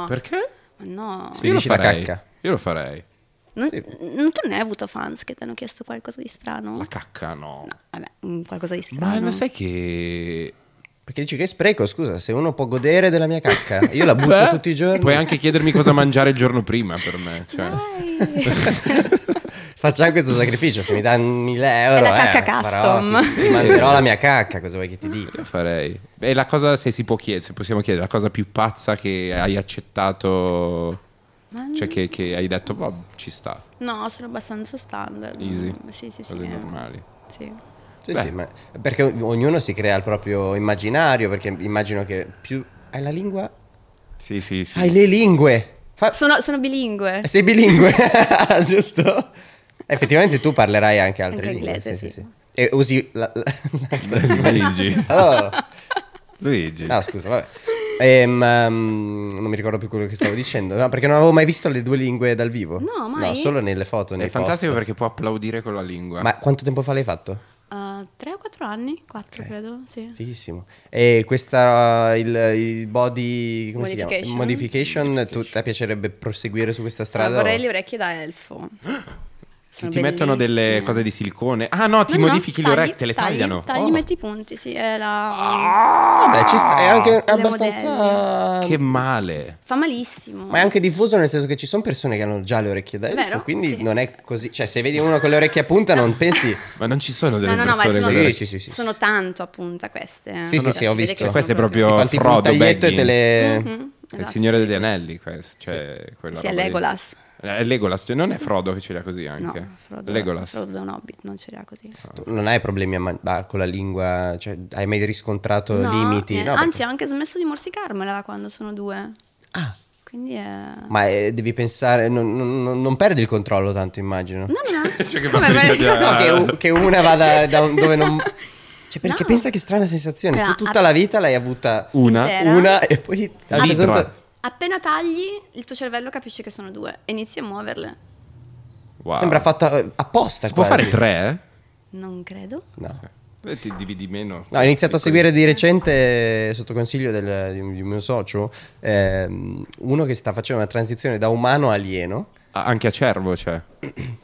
Speaker 1: no.
Speaker 2: Perché?
Speaker 1: Ma no.
Speaker 3: Sì.
Speaker 2: Io lo
Speaker 3: Spedisci la
Speaker 2: farei.
Speaker 3: cacca.
Speaker 2: Io lo farei.
Speaker 1: Non, non- tu ne hai avuto fans che ti hanno chiesto qualcosa di strano?
Speaker 2: La cacca no.
Speaker 1: No, vabbè, mm, qualcosa di strano.
Speaker 2: Ma non sai che...
Speaker 3: Perché dici che spreco, scusa, se uno può godere della mia cacca, io la butto
Speaker 2: Beh,
Speaker 3: tutti i giorni.
Speaker 2: Eh? Puoi anche chiedermi cosa mangiare il giorno prima per me. Cioè.
Speaker 1: Dai.
Speaker 3: Facciamo questo sacrificio, se mi danno 1000 euro,
Speaker 1: È la
Speaker 3: eh,
Speaker 1: cacca
Speaker 3: farò,
Speaker 1: custom.
Speaker 3: ti- ti manderò la mia cacca, cosa vuoi che ti dica?
Speaker 2: Io farei. E la cosa, se si può chiedere, se possiamo chiedere, la cosa più pazza che hai accettato,
Speaker 1: Ma-
Speaker 2: cioè che, che hai detto, boh, ci sta,
Speaker 1: no, sono abbastanza standard.
Speaker 2: easy,
Speaker 1: Mm, Sì, sì, sì.
Speaker 2: cose
Speaker 1: eh,
Speaker 2: normali.
Speaker 1: sì.
Speaker 3: Sì,
Speaker 2: Beh.
Speaker 3: sì, ma perché ognuno si crea il proprio immaginario, perché immagino che più hai la lingua,
Speaker 2: Sì, sì, sì.
Speaker 3: hai le lingue. Fa-
Speaker 1: Sono, sono bilingue.
Speaker 3: Eh, Sei bilingue, giusto? Effettivamente tu parlerai anche altre
Speaker 1: Anche
Speaker 3: lingue.
Speaker 1: inglese, sì.
Speaker 3: E usi la- la- l'altra lingua.
Speaker 2: Luigi.
Speaker 3: Allora,
Speaker 2: Luigi.
Speaker 3: no, scusa, vabbè. Ehm, um, non mi ricordo più quello che stavo dicendo, no, perché non avevo mai visto le due lingue dal vivo.
Speaker 1: No, mai?
Speaker 3: No, solo nelle foto, nei
Speaker 2: È fantastico perché può applaudire con la lingua.
Speaker 3: post. Ma quanto tempo fa l'hai fatto?
Speaker 1: Ah, tre o quattro anni? Quattro,
Speaker 3: Ok.
Speaker 1: credo. Sì.
Speaker 3: Fighissimo. E questa, il, il body come si chiama?
Speaker 1: Modification.
Speaker 3: Modification, tu, ti piacerebbe proseguire su questa strada?
Speaker 1: Ah, vorrei
Speaker 3: o-
Speaker 1: le orecchie da elfo.
Speaker 2: Ti,
Speaker 1: Sono
Speaker 2: ti mettono delle
Speaker 1: bellissime.
Speaker 2: cose di silicone. Ah no, ti
Speaker 1: No, no,
Speaker 2: modifichi le
Speaker 1: tagli-
Speaker 2: orecchie, le
Speaker 1: tagli-
Speaker 2: tagliano.
Speaker 1: Tagli,
Speaker 2: Oh. Ah!
Speaker 1: metti i punti, sì. È la...
Speaker 3: Vabbè, ci sta, è anche
Speaker 1: Le
Speaker 3: abbastanza...
Speaker 2: Oh, Che male.
Speaker 1: Fa malissimo.
Speaker 3: Ma è anche diffuso nel senso che ci sono persone che hanno già le orecchie da elfo,
Speaker 1: Vero?
Speaker 3: quindi
Speaker 1: Sì.
Speaker 3: non è così... Cioè, se vedi uno con le orecchie a punta non pensi...
Speaker 2: Ma non ci sono delle
Speaker 1: No, no, no, ma
Speaker 2: persone
Speaker 1: sono,
Speaker 2: con le
Speaker 3: Sì,
Speaker 2: orecchie-
Speaker 3: sì, sì, sì.
Speaker 1: sono tanto a punta queste. eh. Cioè,
Speaker 3: Sì, sì, sì, ho
Speaker 1: Si vede
Speaker 3: visto.
Speaker 1: che sono
Speaker 2: Queste proprio-
Speaker 3: Ti fanno tipo un
Speaker 2: Frodo
Speaker 3: taglietto e te
Speaker 2: Baggins.
Speaker 3: le...
Speaker 1: Mhm,
Speaker 2: È il
Speaker 1: esatto,
Speaker 2: Signore
Speaker 1: sì.
Speaker 2: degli Anelli, questo. Cioè, quella
Speaker 1: Sì, è
Speaker 2: roba lì.
Speaker 1: Legolas.
Speaker 2: È Legolas, cioè non è Frodo che ce l'ha così anche.
Speaker 1: No, Frodo,
Speaker 2: Legolas.
Speaker 1: Frodo è un hobbit, non ce l'ha così.
Speaker 3: Tu Non hai problemi a man- ah, con la lingua, cioè hai mai riscontrato
Speaker 1: No,
Speaker 3: limiti?
Speaker 1: ne-
Speaker 3: No,
Speaker 1: anzi,
Speaker 3: perché-
Speaker 1: ho anche smesso di morsicarmela da quando sono due.
Speaker 3: Ah,
Speaker 1: Quindi è...
Speaker 3: ma eh, devi pensare, non, non- non- non perdi il controllo tanto immagino.
Speaker 1: No, no, no.
Speaker 2: Cioè, che
Speaker 1: Come
Speaker 2: bambino
Speaker 1: vai-
Speaker 2: di-
Speaker 3: No, che,
Speaker 2: Eh.
Speaker 3: u- che una vada da un- dove non... Cioè perché
Speaker 1: No.
Speaker 3: pensa che strana sensazione,
Speaker 1: Allora,
Speaker 3: tu tutta
Speaker 1: a-
Speaker 3: la vita l'hai avuta
Speaker 2: Una.
Speaker 1: Intera. Era?
Speaker 3: una e poi... a un certo
Speaker 2: Libra.
Speaker 3: punto-
Speaker 1: Appena tagli, il tuo cervello capisce che sono due e inizi a muoverle.
Speaker 2: Wow.
Speaker 3: Sembra fatta eh, apposta
Speaker 2: Si può
Speaker 3: quasi.
Speaker 2: fare tre?
Speaker 1: Non credo.
Speaker 3: No.
Speaker 2: Eh, ti dividi meno.
Speaker 3: No, ho iniziato a seguire di recente, sotto consiglio del- di, un, di un mio socio, ehm, uno che sta facendo una transizione da umano a alieno.
Speaker 2: Ah, anche a cervo, cioè.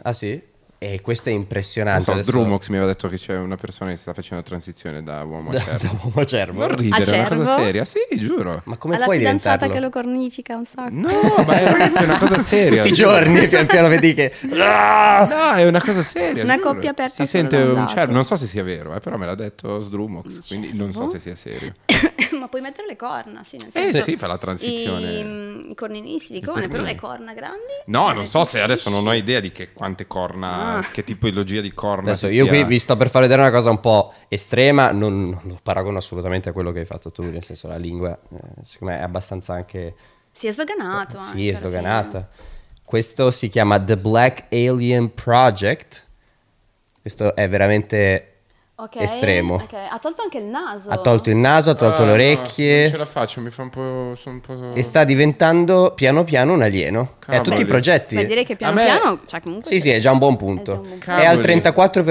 Speaker 3: Ah sì? E questo è
Speaker 2: Non
Speaker 3: impressionante.
Speaker 2: so,
Speaker 3: Adesso-
Speaker 2: Drumox mi aveva detto che c'è una persona che sta facendo la transizione da uomo a
Speaker 3: da,
Speaker 2: cervo.
Speaker 3: da uomo cervo.
Speaker 2: Non ridere, è una
Speaker 1: cervo?
Speaker 2: cosa seria. Sì, giuro.
Speaker 3: Ma come
Speaker 1: Alla
Speaker 3: puoi
Speaker 1: fidanzata
Speaker 3: diventarlo?
Speaker 1: che lo cornifica un sacco.
Speaker 2: No, ma è, ragazzi, è una cosa seria.
Speaker 3: Tutti i giorni pian piano vedi che Ah!
Speaker 2: No, è una cosa seria.
Speaker 1: Una
Speaker 2: giuro.
Speaker 1: coppia aperta
Speaker 2: Si
Speaker 1: solo
Speaker 2: sente
Speaker 1: da un
Speaker 2: un
Speaker 1: lato.
Speaker 2: cervo. Non so se sia vero, eh, però me l'ha detto Sdrumox. Quindi non so
Speaker 1: cervo?
Speaker 2: se sia serio.
Speaker 1: Ma puoi mettere le corna, sì, nel
Speaker 2: Eh
Speaker 1: senso.
Speaker 2: sì, fa la transizione.
Speaker 1: I, i cornini si dicono,
Speaker 2: cornini.
Speaker 1: però le corna grandi.
Speaker 2: No,
Speaker 1: eh,
Speaker 2: non so se adesso
Speaker 1: sì.
Speaker 2: non ho idea di che quante corna,
Speaker 1: Ah.
Speaker 2: che tipologia di corna.
Speaker 3: Adesso
Speaker 2: si
Speaker 3: io
Speaker 2: stia-
Speaker 3: qui vi sto per far vedere una cosa un po' estrema, non, non lo paragono assolutamente a quello che hai fatto tu, nel senso la lingua eh, secondo me è abbastanza anche...
Speaker 1: Si è sdoganato. anche
Speaker 3: Sì, è
Speaker 1: alla fine.
Speaker 3: sdoganata. Questo si chiama The Black Alien Project. Questo è veramente
Speaker 1: Ok,
Speaker 3: estremo.
Speaker 1: ok. Ha tolto anche il naso.
Speaker 3: Ha tolto il naso, ha tolto
Speaker 2: Ah,
Speaker 3: le
Speaker 2: no,
Speaker 3: orecchie
Speaker 2: non ce la faccio, mi fa un po'. sono un po'...
Speaker 3: e sta diventando piano piano un alieno. È a tutti
Speaker 2: Cavoli.
Speaker 3: i progetti.
Speaker 1: Beh, direi che piano
Speaker 2: A me-
Speaker 1: piano. Cioè, comunque
Speaker 3: Sì, sì, è già un buon punto.
Speaker 1: È già un buon punto.
Speaker 3: È al
Speaker 2: Cavoli.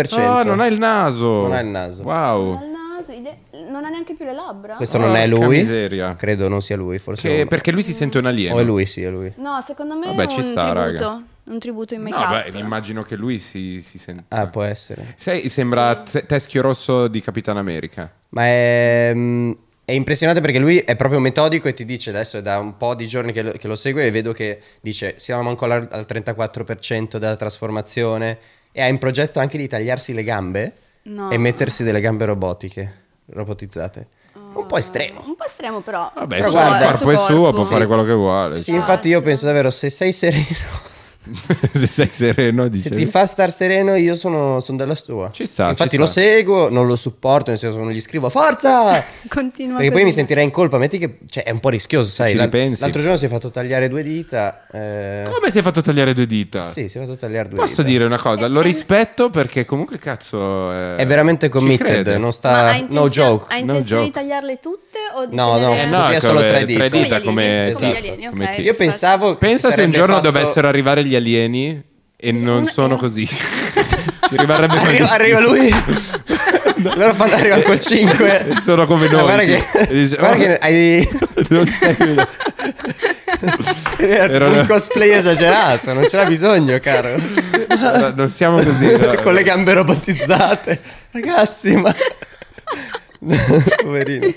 Speaker 3: 34%.
Speaker 2: No, Ah, non ha il naso.
Speaker 3: Non ha il naso.
Speaker 1: Non ha
Speaker 2: Wow.
Speaker 1: il naso, ide- non ha neanche più le labbra.
Speaker 3: Questo non è
Speaker 2: Porca
Speaker 3: lui.
Speaker 2: miseria.
Speaker 3: Credo non sia lui, forse.
Speaker 2: Che-
Speaker 3: uno.
Speaker 2: perché lui si sente un alieno.
Speaker 3: O è lui, sì, è lui.
Speaker 1: No, secondo me
Speaker 2: Vabbè,
Speaker 1: è
Speaker 2: ci
Speaker 1: un
Speaker 2: sta, raga.
Speaker 1: tributo. Un tributo in make
Speaker 2: No,
Speaker 1: up.
Speaker 2: beh, immagino che lui si, si sente.
Speaker 3: Ah, può essere.
Speaker 2: Sai, sembra te- Teschio Rosso di Capitan America.
Speaker 3: Ma è, mm, è impressionante perché lui è proprio metodico e ti dice adesso è da un po' di giorni che lo, che lo segue e vedo che dice siamo ancora al, al 34% della trasformazione e ha in progetto anche di tagliarsi le gambe
Speaker 1: No.
Speaker 3: e mettersi delle gambe robotiche, robotizzate. Un po' estremo.
Speaker 1: Un po' estremo, però.
Speaker 2: Vabbè,
Speaker 3: Però
Speaker 2: il suo-
Speaker 3: guarda,
Speaker 2: il corpo è suo, può
Speaker 1: Sì.
Speaker 2: fare quello che vuole.
Speaker 3: Sì, infatti io penso davvero se sei sereno...
Speaker 2: Se sei sereno, dice.
Speaker 3: Se ti fa star sereno, io sono, sono della sua.
Speaker 2: Ci sta,
Speaker 3: Infatti
Speaker 2: ci
Speaker 3: lo
Speaker 2: sta.
Speaker 3: seguo, non lo supporto, nel senso non gli scrivo forza!
Speaker 1: Continua
Speaker 3: Perché poi
Speaker 1: così.
Speaker 3: mi sentirei in colpa, metti che cioè, è un po' rischioso, sai?
Speaker 2: ci
Speaker 3: l'al-
Speaker 2: ripensi.
Speaker 3: L'altro giorno si è fatto tagliare due dita. eh,
Speaker 2: Come si è fatto tagliare due dita?
Speaker 3: Sì, si è fatto tagliare due
Speaker 2: Posso
Speaker 3: dita.
Speaker 2: dire una cosa? Lo rispetto perché comunque cazzo... eh,
Speaker 3: È veramente
Speaker 2: ci
Speaker 3: committed,
Speaker 2: crede.
Speaker 3: non
Speaker 1: Ma ha
Speaker 3: sta... No
Speaker 1: intenzio-
Speaker 3: joke.
Speaker 1: Hai
Speaker 2: no
Speaker 1: intenzione di
Speaker 2: joke.
Speaker 1: tagliarle tutte? O di
Speaker 3: No, no,
Speaker 1: tenere-
Speaker 2: Eh no,
Speaker 3: Così è
Speaker 2: è
Speaker 3: solo
Speaker 2: come-
Speaker 3: tre dita.
Speaker 2: tre
Speaker 1: Come
Speaker 2: dita
Speaker 1: gli
Speaker 2: come...
Speaker 1: alieni, come gli
Speaker 2: esatto,
Speaker 1: alieni,
Speaker 2: come
Speaker 1: ok.
Speaker 2: ti-
Speaker 3: Io pensavo... che
Speaker 2: Pensa
Speaker 3: si
Speaker 2: se un
Speaker 3: sarebbe
Speaker 2: giorno
Speaker 3: fatto-
Speaker 2: dovessero arrivare gli alieni e non
Speaker 1: Una-
Speaker 2: sono
Speaker 1: una-
Speaker 2: così. Ci rimarrebbe
Speaker 3: Arriva,
Speaker 2: malissimo.
Speaker 3: arriva lui. Loro fanno arriva col 5.
Speaker 2: Sono come noi.
Speaker 3: Guarda che,
Speaker 2: E dice,
Speaker 3: guarda
Speaker 2: "Oh,
Speaker 3: che hai
Speaker 2: Non sei... Era-
Speaker 3: un cosplay esagerato, non c'era bisogno, caro.
Speaker 2: No, non siamo così. no.
Speaker 3: Con le gambe robotizzate. Ragazzi, ma poverino.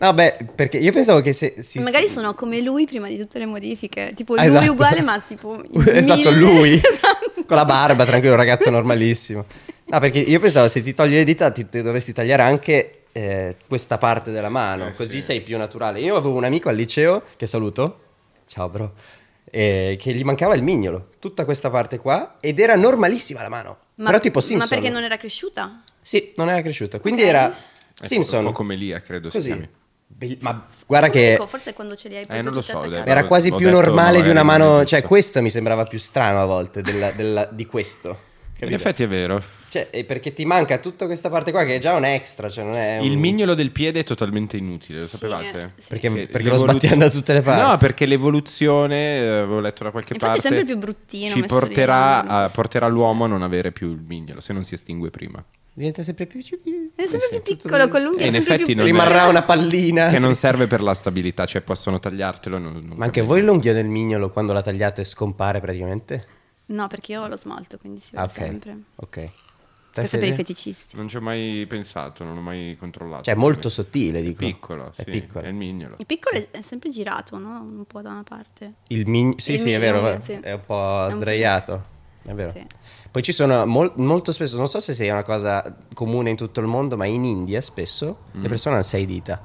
Speaker 3: No, beh, perché io pensavo che se si-
Speaker 1: Magari
Speaker 3: si-
Speaker 1: sono come lui prima di tutte le modifiche. Tipo
Speaker 3: Ah,
Speaker 1: lui
Speaker 3: esatto.
Speaker 1: uguale, ma tipo. in
Speaker 3: Esatto,
Speaker 1: mille.
Speaker 3: lui
Speaker 1: Esatto.
Speaker 3: con la barba, tranquillo, un ragazzo normalissimo. No, perché io pensavo se ti togli le dita ti, ti dovresti tagliare anche eh, questa parte della mano,
Speaker 2: Eh,
Speaker 3: così
Speaker 2: sì.
Speaker 3: sei più naturale. Io avevo un amico al liceo che saluto. Ciao, bro. eh, che gli mancava il mignolo, tutta questa parte qua ed era normalissima la mano. Però tipo Simpson.
Speaker 1: Ma perché non era cresciuta?
Speaker 3: Sì, non era cresciuta. Quindi
Speaker 1: Ok.
Speaker 3: era
Speaker 2: Eh,
Speaker 3: Simpson.
Speaker 2: fo- come Lia, credo si
Speaker 3: Così.
Speaker 2: chiami.
Speaker 3: Be- ma guarda che
Speaker 1: Ecco, forse quando ce li hai
Speaker 2: Eh, non lo so,
Speaker 1: tutte attaccate.
Speaker 2: dai,
Speaker 3: era quasi
Speaker 2: L'ho
Speaker 3: più
Speaker 2: detto, ma
Speaker 3: normale di
Speaker 2: magari
Speaker 3: una
Speaker 2: non è
Speaker 3: mano.
Speaker 2: giusto.
Speaker 3: Cioè, questo mi sembrava più strano a volte della- della- di questo.
Speaker 2: In
Speaker 3: Capito?
Speaker 2: effetti è vero.
Speaker 3: Cioè, è perché ti manca tutta questa parte qua che è già un extra. Cioè, non è un-
Speaker 2: Il mignolo del piede è totalmente inutile, lo sapevate?
Speaker 1: eh, sì.
Speaker 3: Perché,
Speaker 2: Che
Speaker 3: perché lo
Speaker 2: l'evolu-
Speaker 3: sbattiamo da tutte le parti.
Speaker 2: No, perché l'evoluzione, eh, avevo letto da qualche
Speaker 1: Infatti è
Speaker 2: parte,
Speaker 1: sempre più bruttino messo
Speaker 2: ci
Speaker 1: lì,
Speaker 2: porterà,
Speaker 1: non lo
Speaker 2: a-
Speaker 1: so.
Speaker 2: porterà l'uomo a non avere più il mignolo, se non si estingue prima.
Speaker 3: Diventa sempre più.
Speaker 1: È sempre più
Speaker 3: tutto-
Speaker 1: piccolo, con l'unghia
Speaker 2: Sì, in
Speaker 1: è sempre
Speaker 2: effetti
Speaker 1: più
Speaker 2: non è-
Speaker 3: Rimarrà una pallina.
Speaker 2: Che non serve per la stabilità, cioè possono tagliartelo. e Non, non
Speaker 3: Ah, Ma anche
Speaker 2: cambia.
Speaker 3: voi l'unghia del mignolo quando la tagliate scompare praticamente?
Speaker 1: No, perché io ho lo smalto, quindi si vede
Speaker 3: Ah, ok.
Speaker 1: sempre.
Speaker 3: Ok. Te
Speaker 1: Questo è
Speaker 3: sei-
Speaker 1: per i feticisti.
Speaker 2: Non ci ho mai pensato, non ho mai controllato.
Speaker 3: Cioè, è molto sottile,
Speaker 2: È
Speaker 3: dico.
Speaker 2: piccolo, sì,
Speaker 3: È piccolo.
Speaker 2: è il mignolo.
Speaker 1: Il piccolo è- è sempre girato, no? Un po' da una parte.
Speaker 3: Il mign- sì,
Speaker 1: Il
Speaker 3: sì, è
Speaker 1: mignolo,
Speaker 3: vero,
Speaker 1: sì.
Speaker 3: è un po'
Speaker 1: È un-
Speaker 3: sdraiato. È vero.
Speaker 1: Sì.
Speaker 3: Poi ci sono mol- molto spesso, non so se sia una cosa comune in tutto il mondo, ma in India spesso le persone hanno sei dita.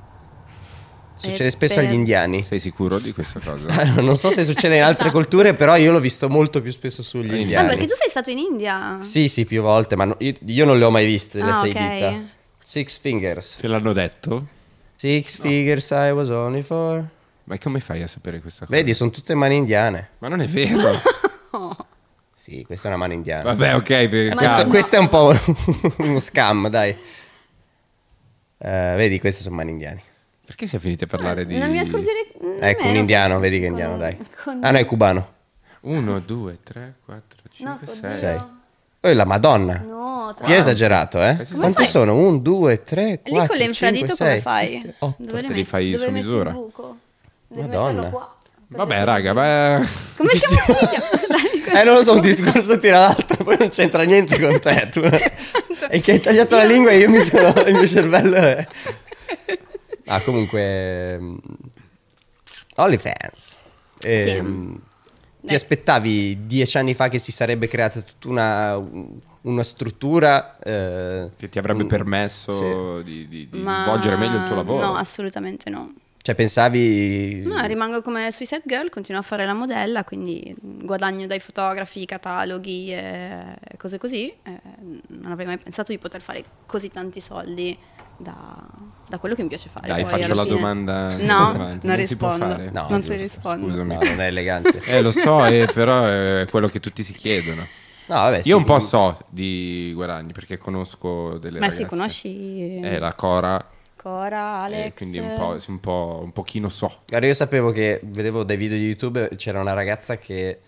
Speaker 3: Succede
Speaker 1: Eh,
Speaker 3: spesso
Speaker 1: per-
Speaker 3: agli indiani.
Speaker 2: Sei sicuro di questa cosa?
Speaker 3: Ah, non so se succede in altre culture, però io l'ho visto molto più spesso sugli
Speaker 2: Ah,
Speaker 1: Ah,
Speaker 3: indiani.
Speaker 1: perché tu sei stato in India?
Speaker 3: Sì, sì, più volte, ma no- io, io non le ho mai viste le
Speaker 1: Ah,
Speaker 3: sei
Speaker 1: ok.
Speaker 3: dita. Six fingers.
Speaker 2: Te l'hanno detto?
Speaker 3: Six fingers I was only for.
Speaker 2: Ma come fai a sapere questa cosa?
Speaker 3: Vedi, sono tutte mani indiane.
Speaker 2: Ma non è vero.
Speaker 3: Sì, questa è una mano indiana.
Speaker 2: Vabbè, ok, per
Speaker 1: Ma
Speaker 2: caso.
Speaker 3: Questo,
Speaker 1: no.
Speaker 3: questo è un po' uno scam, dai. Eh, vedi, questi sono mani indiani.
Speaker 2: Perché si è finito a parlare di...
Speaker 1: Eh, Non mi accorgerei nemmeno.
Speaker 3: Ecco, un indiano, vedi che è indiano,
Speaker 1: Con-
Speaker 3: dai.
Speaker 1: con-
Speaker 3: Ah, no, è cubano.
Speaker 2: 1, 2, 3, 4,
Speaker 1: No,
Speaker 2: 5,
Speaker 1: oddio.
Speaker 2: 6.
Speaker 3: Sei. Oh, la madonna.
Speaker 1: No, tra
Speaker 3: Ti è esagerato, eh?
Speaker 2: Eh sì,
Speaker 3: Quanti
Speaker 1: fai?
Speaker 3: sono? Un, due, tre,
Speaker 1: Lì
Speaker 3: quattro,
Speaker 1: con l'infradito
Speaker 3: cinque,
Speaker 1: come
Speaker 3: sei,
Speaker 1: fai?
Speaker 3: sette, otto.
Speaker 1: Dove
Speaker 2: Te li
Speaker 1: metti-
Speaker 2: fai
Speaker 1: dove
Speaker 2: su
Speaker 1: metti il
Speaker 2: misura.
Speaker 1: buco? Devi
Speaker 3: Madonna.
Speaker 1: metterlo qua.
Speaker 2: Vabbè, raga, ma... eh,
Speaker 1: Come siamo finiti a parlare di questo?
Speaker 3: Eh, non lo so, un discorso tira l'altro. poi non c'entra niente con te. Tu. e che hai tagliato la lingua e io mi sono. il mio cervello è. Ah, comunque. mm, OnlyFans. E,
Speaker 1: Sì.
Speaker 3: mm, Ti
Speaker 1: Dai.
Speaker 3: aspettavi dieci anni fa che si sarebbe creata tutta una, una struttura eh,
Speaker 2: Che ti avrebbe
Speaker 3: mm, sì.
Speaker 2: permesso di, di- di
Speaker 1: Ma-
Speaker 2: svolgere meglio il tuo lavoro.
Speaker 1: No, assolutamente no.
Speaker 3: Cioè, pensavi.
Speaker 1: Ma rimango come Suicide Girl, continuo a fare la modella, quindi guadagno dai fotografi, cataloghi e cose così. Eh, non avrei mai pensato di poter fare così tanti soldi da, da quello che mi piace fare.
Speaker 2: Dai,
Speaker 1: poi,
Speaker 2: faccio
Speaker 1: alla
Speaker 2: la
Speaker 1: fine.
Speaker 2: domanda.
Speaker 1: No, non,
Speaker 2: avanti. Eh, Non si può
Speaker 1: rispondo.
Speaker 2: fare.
Speaker 3: No,
Speaker 1: non
Speaker 3: giusto,
Speaker 1: ti rispondo.
Speaker 2: scusami.
Speaker 3: No, non è elegante.
Speaker 2: Eh, lo so, eh, però è quello che tutti si chiedono.
Speaker 3: No, vabbè, Eh, sì.
Speaker 2: Io un po' so di guadagni perché conosco delle
Speaker 1: Ma
Speaker 2: ragazze.
Speaker 1: sì, conosci
Speaker 2: Eh, la Cora.
Speaker 1: Cora,
Speaker 2: eh,
Speaker 1: Alex.
Speaker 2: quindi un, po', sì, un, po', un pochino so.
Speaker 3: Guarda, io sapevo che vedevo dai video di YouTube c'era una ragazza che.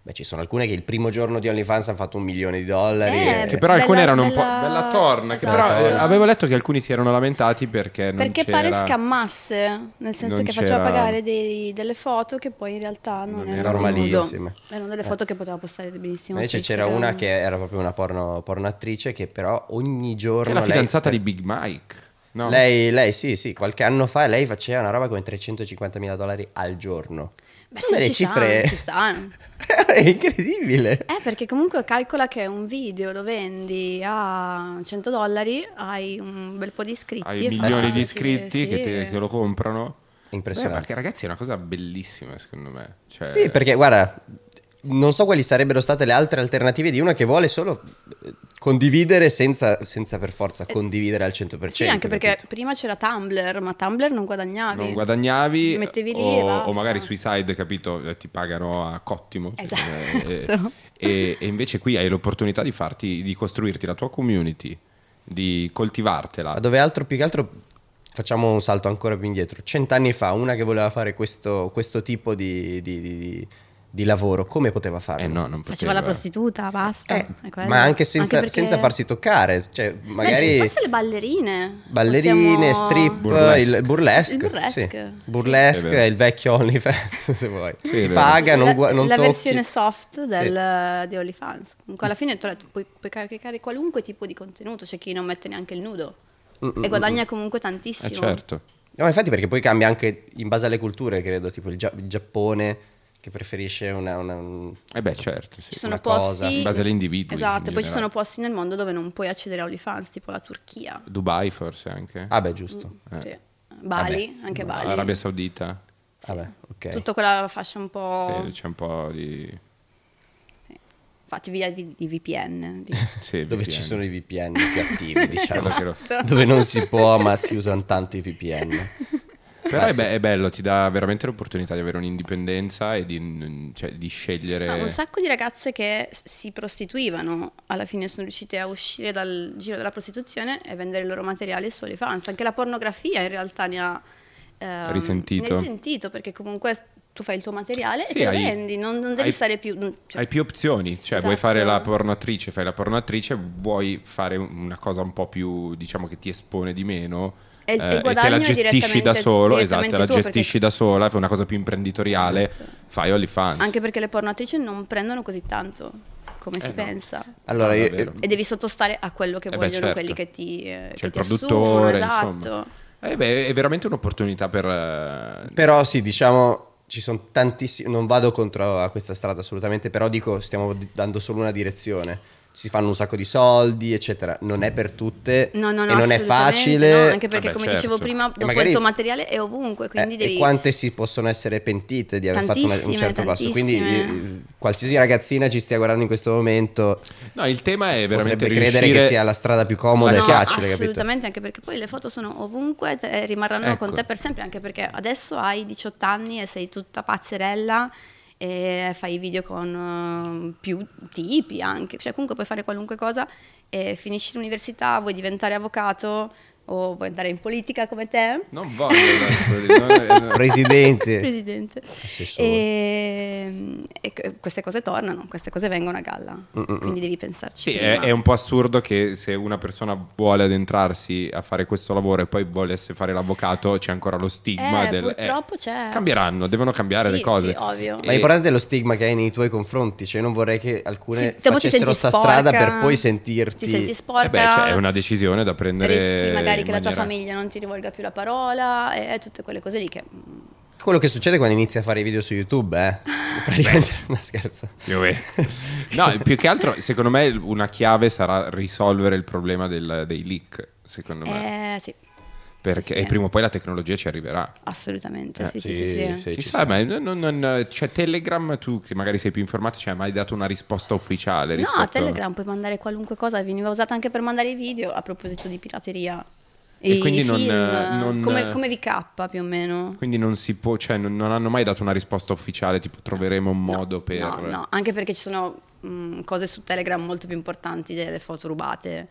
Speaker 3: Beh, ci sono alcune che il primo giorno di OnlyFans hanno fatto un milione di dollari.
Speaker 1: Eh,
Speaker 3: e-
Speaker 2: Che però alcune
Speaker 1: Bella-
Speaker 2: erano un po'.
Speaker 1: bella-
Speaker 2: Bella torna. Che
Speaker 1: Esatto.
Speaker 2: però eh,
Speaker 1: Torna.
Speaker 2: avevo letto che alcuni si erano lamentati perché non
Speaker 1: Perché
Speaker 2: c'era...
Speaker 1: pare scammasse, nel senso
Speaker 2: non
Speaker 1: che faceva
Speaker 2: c'era-
Speaker 1: pagare dei- delle foto che poi in realtà non,
Speaker 2: Non
Speaker 1: erano
Speaker 2: erano
Speaker 3: normalissime.
Speaker 1: nudo. Erano delle foto che poteva postare benissimo.
Speaker 3: Ma Invece
Speaker 1: su
Speaker 3: c'era
Speaker 1: Instagram.
Speaker 3: una che era proprio una porno, pornoattrice che però ogni
Speaker 2: Che
Speaker 3: giorno...
Speaker 2: è la
Speaker 3: lei-
Speaker 2: fidanzata di Big Mike. No?
Speaker 3: Lei, lei, sì, sì, qualche anno fa lei faceva una roba come 350 mila dollari al giorno.
Speaker 1: Beh,
Speaker 3: Sono
Speaker 1: sì,
Speaker 3: delle
Speaker 1: ci
Speaker 3: cifre...
Speaker 1: sta, ci sta.
Speaker 3: è incredibile.
Speaker 1: Eh, perché comunque calcola che un video lo vendi a 100 dollari, hai un bel po' di iscritti.
Speaker 2: Hai
Speaker 1: e
Speaker 2: milioni
Speaker 1: fai-
Speaker 2: di iscritti
Speaker 1: sì,
Speaker 2: che, te,
Speaker 1: sì.
Speaker 2: che lo comprano. Beh,
Speaker 3: Impressionante.
Speaker 2: perché ragazzi è una cosa bellissima secondo me. Cioè,
Speaker 1: Eh.
Speaker 3: Sì, perché guarda, non so quali sarebbero state le altre alternative di una che vuole solo eh, condividere senza, senza per forza condividere al 100%.
Speaker 1: Eh. Sì, anche perché
Speaker 3: capito?
Speaker 1: prima c'era Tumblr, ma Tumblr non guadagnavi.
Speaker 2: non guadagnavi
Speaker 1: Mettevi lì e
Speaker 2: o,
Speaker 1: basta.
Speaker 2: o magari suicide, capito? eh, Ti pagano a cottimo. cioè,
Speaker 1: Esatto.
Speaker 2: eh, e, e invece qui hai l'opportunità di farti di costruirti la tua community, di coltivartela.
Speaker 3: Ma dove altro più che altro facciamo un salto ancora più indietro. Cent'anni fa, una che voleva fare questo, questo tipo di, di- di- di- di lavoro, come poteva farlo?
Speaker 2: Eh no, non
Speaker 1: Faceva la
Speaker 2: poteva.
Speaker 1: prostituta, basta.
Speaker 3: Eh,
Speaker 1: è quello.
Speaker 3: ma anche senza,
Speaker 1: perché-
Speaker 3: senza farsi toccare, cioè
Speaker 1: Beh,
Speaker 3: magari
Speaker 1: sì, forse le ballerine.
Speaker 3: ballerine,
Speaker 1: Possiamo-
Speaker 3: strip,
Speaker 2: Burlesque.
Speaker 3: il burlesque.
Speaker 1: Il burlesque,
Speaker 3: sì.
Speaker 1: sì.
Speaker 3: Burlesque
Speaker 2: È vero.
Speaker 3: è il vecchio OnlyFans, se vuoi.
Speaker 2: Sì, è
Speaker 3: si
Speaker 2: vero.
Speaker 3: paga, non,
Speaker 1: la,
Speaker 3: gua- non
Speaker 1: la
Speaker 3: tocchi.
Speaker 1: versione soft
Speaker 3: Sì.
Speaker 1: del, eh, di OnlyFans. Comunque alla fine ti ho detto, puoi, puoi caricare qualunque tipo di contenuto, c'è chi non mette neanche il nudo e guadagna comunque tantissimo.
Speaker 2: Eh certo.
Speaker 3: No, infatti perché poi cambia anche in base alle culture, credo, tipo il, Gia- il Giappone che preferisce una... una- un-
Speaker 2: Eh beh, certo. sì.
Speaker 1: Ci sono
Speaker 3: una cosa,
Speaker 1: posti
Speaker 2: in base agli individui, in
Speaker 1: Esatto, poi ci
Speaker 2: generale.
Speaker 1: sono posti nel mondo dove non puoi accedere a OnlyFans, tipo la Turchia,
Speaker 2: Dubai forse anche.
Speaker 3: Ah beh, giusto.
Speaker 1: sì. Bali, anche Bali.
Speaker 2: Eh. Arabia Saudita.
Speaker 3: Vabbè, Ah, ok.
Speaker 1: Tutta quella fascia un po'.
Speaker 2: Sì, c'è un po' di...
Speaker 1: Fatti via di, di VPN. di-
Speaker 2: sì,
Speaker 3: Dove ci
Speaker 2: VPN.
Speaker 3: sono i VPN più attivi, diciamo.
Speaker 2: cosa che lo-
Speaker 3: Dove non si può, ma si usano tanto i VPN.
Speaker 2: Però
Speaker 3: Ah,
Speaker 2: è,
Speaker 3: sì.
Speaker 2: be- è bello, ti dà veramente l'opportunità di avere un'indipendenza e di, cioè, di scegliere.
Speaker 1: Ah, un sacco di ragazze che s- si prostituivano alla fine sono riuscite a uscire dal giro della prostituzione e vendere il loro materiale su OnlyFans. Anche la pornografia in realtà ne ha ehm,
Speaker 2: Risentito.
Speaker 1: ne ha risentito, perché comunque tu fai il tuo materiale e
Speaker 2: Sì,
Speaker 1: te lo
Speaker 2: hai-
Speaker 1: vendi, non, non devi
Speaker 2: hai-
Speaker 1: stare più. non- cioè,
Speaker 2: Hai più opzioni, cioè vuoi
Speaker 1: Esatto.
Speaker 2: fare la pornoattrice, fai la pornoattrice, vuoi fare una cosa un po' più, diciamo, che ti espone di meno.
Speaker 1: E il tuo
Speaker 2: eh, e te la
Speaker 1: guadagno è
Speaker 2: gestisci da
Speaker 1: direttamente-
Speaker 2: solo, esatto, te la
Speaker 1: direttamente tuo, Esatto.
Speaker 2: gestisci da sola, fai una cosa più imprenditoriale, fai OnlyFans.
Speaker 1: anche perché le pornoattrici non prendono così tanto come si
Speaker 2: Eh, no.
Speaker 1: pensa.
Speaker 3: Allora,
Speaker 2: Ah,
Speaker 3: io- eh,
Speaker 2: davvero.
Speaker 1: E devi sottostare a quello che
Speaker 2: Eh beh,
Speaker 1: vogliono
Speaker 2: certo.
Speaker 1: quelli che ti. eh,
Speaker 2: C'è
Speaker 1: che
Speaker 2: il
Speaker 1: ti assumono,
Speaker 2: produttore,
Speaker 1: esatto.
Speaker 2: insomma. Eh beh, è veramente un'opportunità per... eh,
Speaker 3: Però sì, diciamo, ci sono tantissimi... Non vado contro a questa strada assolutamente, però dico, stiamo di- dando solo una direzione. Si fanno un sacco di soldi, eccetera. Non è per tutte
Speaker 1: No, no, no,
Speaker 3: e non è
Speaker 1: assolutamente
Speaker 3: facque.
Speaker 1: no, anche perché,
Speaker 2: Vabbè,
Speaker 1: come
Speaker 2: certo.
Speaker 1: dicevo prima, dopo
Speaker 3: magari-
Speaker 1: il tuo materiale è ovunque, quindi
Speaker 3: Eh,
Speaker 1: devi.
Speaker 3: E quante si possono essere pentite di aver fatto una- un
Speaker 1: Tantissime,
Speaker 3: certo passo? Quindi
Speaker 1: tantissime.
Speaker 3: eh, qualsiasi ragazzina ci stia guardando in questo momento
Speaker 2: No, il tema è veramente
Speaker 3: potrebbe credere
Speaker 2: riuscire-
Speaker 3: che sia la strada più comoda
Speaker 1: No,
Speaker 3: e facile,
Speaker 1: assolutamente,
Speaker 3: capito?
Speaker 1: anche perché poi le foto sono ovunque te- e rimarranno
Speaker 2: Ecco.
Speaker 1: con te per sempre, anche perché adesso hai 18 anni e sei tutta pazzerella e fai video con eh, più tipi anche, cioè comunque puoi fare qualunque cosa e finisci l'università, vuoi diventare avvocato, O vuoi andare in politica come te?
Speaker 2: Non voglio adesso lì, non è- non è-
Speaker 3: Presidente.
Speaker 1: Presidente.
Speaker 3: Assessore.
Speaker 1: E, e c- queste cose tornano, queste cose vengono a galla,
Speaker 3: Mm,
Speaker 1: quindi devi pensarci.
Speaker 2: Sì, è,
Speaker 1: prima.
Speaker 2: è un po' assurdo che se una persona vuole addentrarsi a fare questo lavoro e poi volesse fare l'avvocato, c'è ancora lo stigma
Speaker 1: Eh,
Speaker 2: del...
Speaker 1: purtroppo c'è.
Speaker 2: Cambieranno, devono cambiare
Speaker 1: Sì,
Speaker 2: le cose.
Speaker 1: sì, ovvio.
Speaker 2: E-
Speaker 1: Ma
Speaker 3: Ma l'importante è lo stigma che hai nei tuoi confronti, cioè io non vorrei che alcune
Speaker 1: Sì, dopo ti
Speaker 3: facessero
Speaker 1: senti
Speaker 3: sta
Speaker 1: sporca,
Speaker 3: strada per poi sentirti...
Speaker 1: Ti senti sporca.
Speaker 2: Eh beh, cioè, è una decisione da prendere.
Speaker 1: Rischi magari
Speaker 2: in
Speaker 1: che la tua
Speaker 2: maniera-
Speaker 1: famiglia non ti rivolga più la parola e, e tutte quelle cose lì che... mm,
Speaker 3: Quello che succede quando inizi a fare i video su YouTube, eh. Praticamente una scherzo.
Speaker 2: Io ve- No, più che altro, secondo me, una chiave sarà risolvere il problema del- dei leak. Secondo me,
Speaker 1: Eh sì,
Speaker 2: perché
Speaker 1: sì, sì.
Speaker 2: e prima o poi la tecnologia ci arriverà.
Speaker 1: assolutamente.
Speaker 2: Eh,
Speaker 1: sì, sì, sì, sì.
Speaker 3: sì, ci
Speaker 2: Chissà, ma non- non- cioè, Telegram, tu che magari sei più informato, cioè, mai dato una risposta ufficiale? rispetto...
Speaker 1: No, Telegram puoi mandare qualunque cosa, veniva usata anche per mandare i video a proposito di pirateria.
Speaker 2: E
Speaker 1: I
Speaker 2: quindi non- eh,
Speaker 1: film,
Speaker 2: non-
Speaker 1: come, come VK più o meno.
Speaker 2: Quindi non si può, cioè, non, non hanno mai dato una risposta ufficiale, tipo troveremo un
Speaker 1: No,
Speaker 2: modo per...
Speaker 1: No, no, anche perché ci sono mh, cose su Telegram molto più importanti delle foto rubate.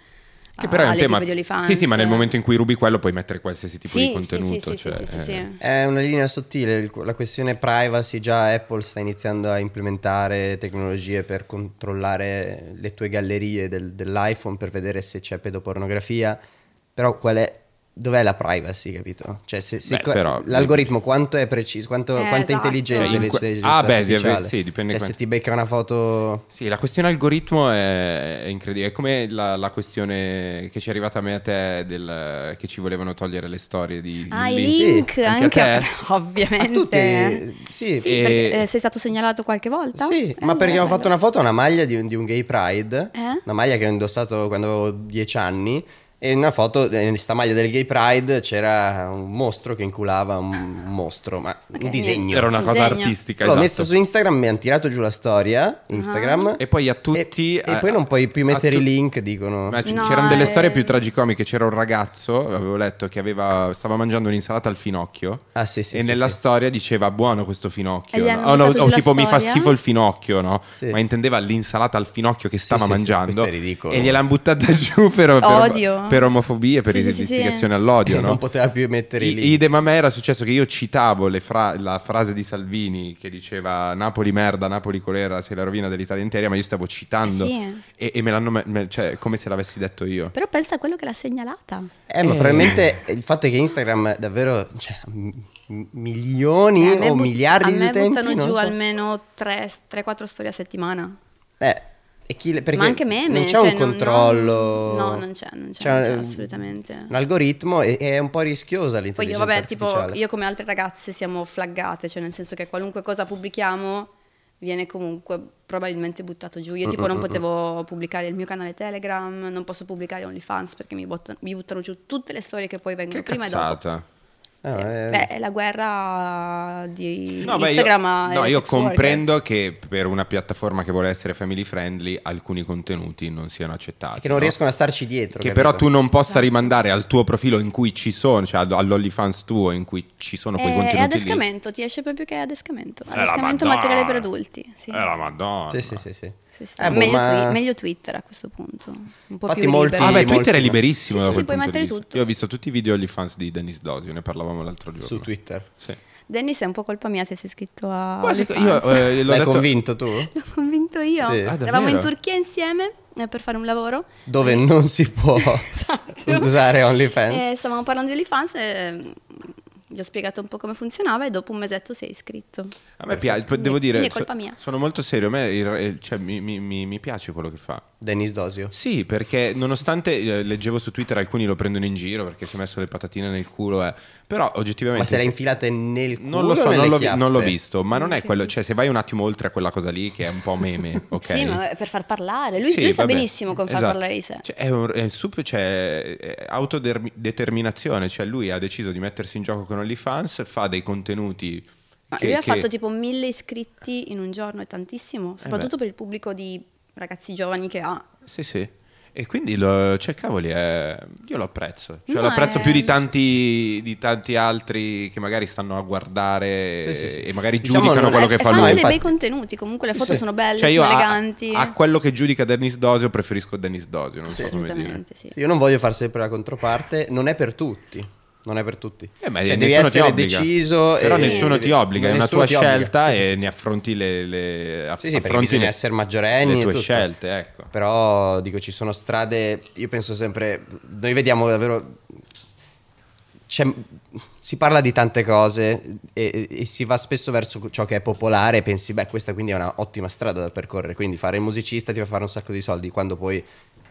Speaker 2: Che
Speaker 1: a-
Speaker 2: però è un
Speaker 1: alle
Speaker 2: tema...
Speaker 1: truppe Ah, di OnlyFans.
Speaker 2: Sì, sì, ma nel momento in cui rubi quello puoi mettere qualsiasi tipo
Speaker 1: Sì,
Speaker 2: di
Speaker 1: sì,
Speaker 2: contenuto.
Speaker 1: sì, sì,
Speaker 2: cioè,
Speaker 1: sì, sì,
Speaker 2: eh.
Speaker 1: sì.
Speaker 3: È una linea sottile, il- la questione privacy, già Apple sta iniziando a implementare tecnologie per controllare le tue gallerie del- dell'iPhone per vedere se c'è pedopornografia, però qual è, dov'è la privacy, capito? Cioè se, se
Speaker 2: Beh,
Speaker 3: co-
Speaker 2: però-
Speaker 3: l'algoritmo quanto è preciso, quanto,
Speaker 1: Eh,
Speaker 3: quanto è
Speaker 1: esatto.
Speaker 3: intelligente
Speaker 1: Cioè, in
Speaker 2: que-
Speaker 3: l'intelligenza
Speaker 2: Ah, beh, sì,
Speaker 3: artificiale?
Speaker 2: vabbè, sì, dipende
Speaker 3: Cioè se
Speaker 2: quanto-
Speaker 3: ti becca una foto...
Speaker 2: Sì, la questione algoritmo è, è incredibile. È come la, la questione che ci è arrivata a me e a te del, che ci volevano togliere le storie di
Speaker 1: Ah, i
Speaker 2: di-
Speaker 3: sì,
Speaker 1: link
Speaker 2: anche a
Speaker 1: anche,
Speaker 2: te?
Speaker 1: ovviamente.
Speaker 3: A tutti,
Speaker 1: Sì,
Speaker 3: sì,
Speaker 2: E-
Speaker 1: perché, eh, sei stato segnalato qualche volta?
Speaker 3: Sì,
Speaker 1: Eh,
Speaker 3: ma perché avevo
Speaker 1: bello.
Speaker 3: fatto una foto a una maglia di un, di un gay pride,
Speaker 1: Eh?
Speaker 3: una maglia che ho indossato quando avevo 10 anni. E in una foto, eh, in sta maglia del gay pride c'era un mostro che inculava un, un mostro, ma un
Speaker 1: Ok.
Speaker 3: disegno.
Speaker 2: Era una
Speaker 1: Sì,
Speaker 2: cosa
Speaker 1: disegno.
Speaker 2: artistica.
Speaker 3: L'ho
Speaker 2: esatto.
Speaker 3: messa su Instagram, mi hanno tirato giù la storia.
Speaker 1: Ah.
Speaker 3: Instagram.
Speaker 2: E poi a tutti. eh,
Speaker 3: E, e poi non puoi più
Speaker 2: a
Speaker 3: mettere
Speaker 2: tu-
Speaker 3: i link, dicono.
Speaker 2: Ma c-
Speaker 1: No,
Speaker 2: c'erano delle
Speaker 1: eh.
Speaker 2: storie più tragicomiche. C'era un ragazzo, avevo letto, che aveva- stava mangiando un'insalata al finocchio.
Speaker 3: Ah, sì, sì.
Speaker 2: e
Speaker 3: sì,
Speaker 2: nella
Speaker 3: sì.
Speaker 2: storia diceva buono questo finocchio.
Speaker 1: E gli
Speaker 2: no?
Speaker 1: hanno
Speaker 2: Oh, no,
Speaker 1: buttato
Speaker 2: o
Speaker 1: sulla
Speaker 2: tipo mi fa
Speaker 1: storia?
Speaker 2: schifo il finocchio, no?
Speaker 3: Sì.
Speaker 2: Ma intendeva l'insalata al finocchio che stava
Speaker 3: sì, sì,
Speaker 2: mangiando.
Speaker 3: questo è ridicolo.
Speaker 2: E gliel'hanno buttata giù per, per,
Speaker 1: Odio.
Speaker 2: per omofobia, per
Speaker 1: Sì, sì, sì,
Speaker 2: istigazione
Speaker 1: sì.
Speaker 2: all'odio.
Speaker 3: E
Speaker 2: no?
Speaker 3: Eh, Non poteva più mettere i
Speaker 2: I-
Speaker 3: link.
Speaker 2: Idem a me era successo che io citavo le fra- la frase di Salvini che diceva Napoli merda, Napoli colera, sei la rovina dell'Italia intera, ma io stavo citando
Speaker 1: Eh sì.
Speaker 2: e, e me l'hanno, me- me- cioè, come se l'avessi detto io.
Speaker 1: Però pensa a quello che l'ha segnalata.
Speaker 3: Eh, ma probabilmente il fatto è che Instagram davvero cioè, m- m-
Speaker 1: Eh,
Speaker 3: milioni
Speaker 1: a me
Speaker 3: o
Speaker 1: but-
Speaker 3: miliardi di
Speaker 1: A me
Speaker 3: utenti.
Speaker 1: buttano
Speaker 3: non
Speaker 1: giù
Speaker 3: so.
Speaker 1: almeno 3-4 storie a settimana.
Speaker 3: Eh, e chi le- perché
Speaker 1: Ma anche meme.
Speaker 3: Non c'è
Speaker 1: cioè,
Speaker 3: un controllo.
Speaker 1: No, non c'è, non c'è,
Speaker 3: C'è
Speaker 1: non
Speaker 3: un-
Speaker 1: c'è assolutamente.
Speaker 3: Un algoritmo e e è un po' rischiosa
Speaker 1: Poi io,
Speaker 3: l'intelligenza
Speaker 1: vabbè, tipo,
Speaker 3: artificiale.
Speaker 1: io come altre ragazze siamo flaggate, cioè nel senso che qualunque cosa pubblichiamo viene comunque probabilmente buttato giù. Io
Speaker 3: Mm,
Speaker 1: tipo non potevo pubblicare il mio canale Telegram, non posso pubblicare OnlyFans perché mi, botta- mi buttano giù tutte le storie che poi vengono
Speaker 2: Che
Speaker 1: prima e dopo.
Speaker 2: cazzata.
Speaker 3: Ah, eh,
Speaker 1: Beh, è la guerra di
Speaker 2: No, beh, io-
Speaker 1: Instagram. a-
Speaker 2: no, io
Speaker 1: sex worker.
Speaker 2: comprendo che per una piattaforma che vuole essere family friendly alcuni contenuti non siano accettati.
Speaker 3: che non
Speaker 2: no?
Speaker 3: riescono a starci dietro.
Speaker 2: Che
Speaker 3: capito?
Speaker 2: però tu non possa
Speaker 1: Esatto.
Speaker 2: rimandare al tuo profilo in cui ci sono, cioè all'OnlyFans tuo in cui ci sono quei
Speaker 1: Eh, È, è
Speaker 2: contenuti lì. Eh,
Speaker 1: adescamento, ti esce proprio che è adescamento.
Speaker 2: la
Speaker 1: Adescamento
Speaker 2: Madonna.
Speaker 1: materiale per adulti. Sì.
Speaker 2: Eh, la madonna.
Speaker 3: Sì, sì, sì. sì.
Speaker 1: Sì, sì.
Speaker 3: Eh, boh,
Speaker 1: meglio,
Speaker 3: ma-
Speaker 1: twi- meglio Twitter a questo punto. Un po'
Speaker 3: Infatti
Speaker 1: più
Speaker 3: molti-
Speaker 2: Ah,
Speaker 1: libero.
Speaker 2: beh,
Speaker 3: molti-
Speaker 2: Twitter è liberissimo.
Speaker 1: Sì,
Speaker 2: da
Speaker 1: sì,
Speaker 2: quel
Speaker 1: puoi
Speaker 2: punto di
Speaker 1: mettere
Speaker 2: vista.
Speaker 1: tutto.
Speaker 2: Io ho visto tutti i video agli fans di Dennis Dosio, ne parlavamo l'altro giorno.
Speaker 3: Su Twitter.
Speaker 2: Sì.
Speaker 1: Dennis è un po' colpa mia se sei iscritto a.
Speaker 2: Guarda, io
Speaker 1: OnlyFans.
Speaker 2: eh, l'ho
Speaker 3: L'hai
Speaker 2: detto-
Speaker 3: convinto tu?
Speaker 1: L'ho convinto io.
Speaker 3: Sì. Ah,
Speaker 2: davvero?
Speaker 1: Eravamo in Turchia insieme eh, per fare un lavoro. Esatto.
Speaker 3: Dove non si può usare OnlyFans.
Speaker 1: Eh, stavamo parlando di OnlyFans e mm, gli ho spiegato un po' come funzionava e dopo un mesetto sei iscritto.
Speaker 2: A me piace,
Speaker 1: Quindi-
Speaker 2: devo dire,
Speaker 1: quindi è colpa mia.
Speaker 2: sono molto serio, a me il- eh, cioè, mi, mi- mi- mi piace quello che fa.
Speaker 3: Dennis Dosio.
Speaker 2: Sì, perché nonostante eh, leggevo su Twitter alcuni lo prendono in giro perché si è messo le patatine nel culo, eh, però oggettivamente...
Speaker 3: Ma se l'ha
Speaker 2: se-
Speaker 3: infilata nel culo
Speaker 2: non lo so,
Speaker 3: o
Speaker 2: non
Speaker 3: nelle
Speaker 2: l'ho, vi-
Speaker 3: chiappe?
Speaker 2: non l'ho visto, ma non è
Speaker 1: Ok.
Speaker 2: quello, cioè se vai un attimo oltre a quella cosa lì che è un po' meme, ok?
Speaker 1: Sì, ma per far parlare. Lui,
Speaker 2: Sì,
Speaker 1: lui sa
Speaker 2: vabbè.
Speaker 1: benissimo come far
Speaker 2: Esatto.
Speaker 1: parlare di sé.
Speaker 2: Cioè, è un- è sup- cioè, è autodeterminazione, cioè lui ha deciso di mettersi in gioco con OnlyFans, fa dei contenuti
Speaker 1: Ma
Speaker 2: che,
Speaker 1: Ah, lui ha
Speaker 2: che- Eh
Speaker 1: fatto tipo mille iscritti in un giorno, è tantissimo, soprattutto per il pubblico di ragazzi giovani che ha.
Speaker 2: Sì, sì. E quindi, lo, cioè, cavoli, è- io lo apprezzo. Cioè,
Speaker 1: No,
Speaker 2: lo apprezzo
Speaker 1: è-
Speaker 2: più di tanti, di tanti altri che magari stanno a guardare
Speaker 3: Sì, sì, sì.
Speaker 2: e magari
Speaker 3: Diciamo,
Speaker 2: giudicano
Speaker 3: no,
Speaker 2: quello
Speaker 1: E-
Speaker 2: che
Speaker 1: e
Speaker 2: fa
Speaker 1: fanno
Speaker 2: lui.
Speaker 1: dei
Speaker 3: infatti.
Speaker 1: bei contenuti, comunque le
Speaker 2: Sì,
Speaker 1: foto
Speaker 2: sì.
Speaker 1: sono belle,
Speaker 2: Cioè, io
Speaker 1: sono
Speaker 2: a-
Speaker 1: eleganti.
Speaker 2: A, quello che giudica Dennis Dosio preferisco Dennis Dosio, non so come dire.
Speaker 1: Assolutamente, sì.
Speaker 3: Sì, io non voglio far sempre la controparte, non è per tutti. Non è per tutti.
Speaker 2: Eh, ma nessuno
Speaker 3: Cioè, devi
Speaker 2: ti
Speaker 3: essere
Speaker 2: obbliga.
Speaker 3: deciso.
Speaker 2: Però
Speaker 3: e-
Speaker 2: nessuno ti
Speaker 3: devi-
Speaker 2: obbliga, è una
Speaker 3: nessuno
Speaker 2: tua
Speaker 3: ti obbliga.
Speaker 2: scelta
Speaker 3: Sì, sì,
Speaker 2: e
Speaker 3: sì,
Speaker 2: ne
Speaker 3: sì.
Speaker 2: affronti le, le aff-
Speaker 3: Sì, sì, perché
Speaker 2: affronti
Speaker 3: bisogna
Speaker 2: le-
Speaker 3: essere maggiorenni
Speaker 2: le
Speaker 3: e
Speaker 2: tue
Speaker 3: tutto.
Speaker 2: scelte, ecco.
Speaker 3: Però dico, ci sono strade. Io penso sempre. Noi vediamo davvero. c'è- si parla di tante cose e, e- e si va spesso verso ciò che è popolare e pensi, beh, questa quindi è una ottima strada da percorrere. Quindi fare il musicista ti fa fare un sacco di soldi quando poi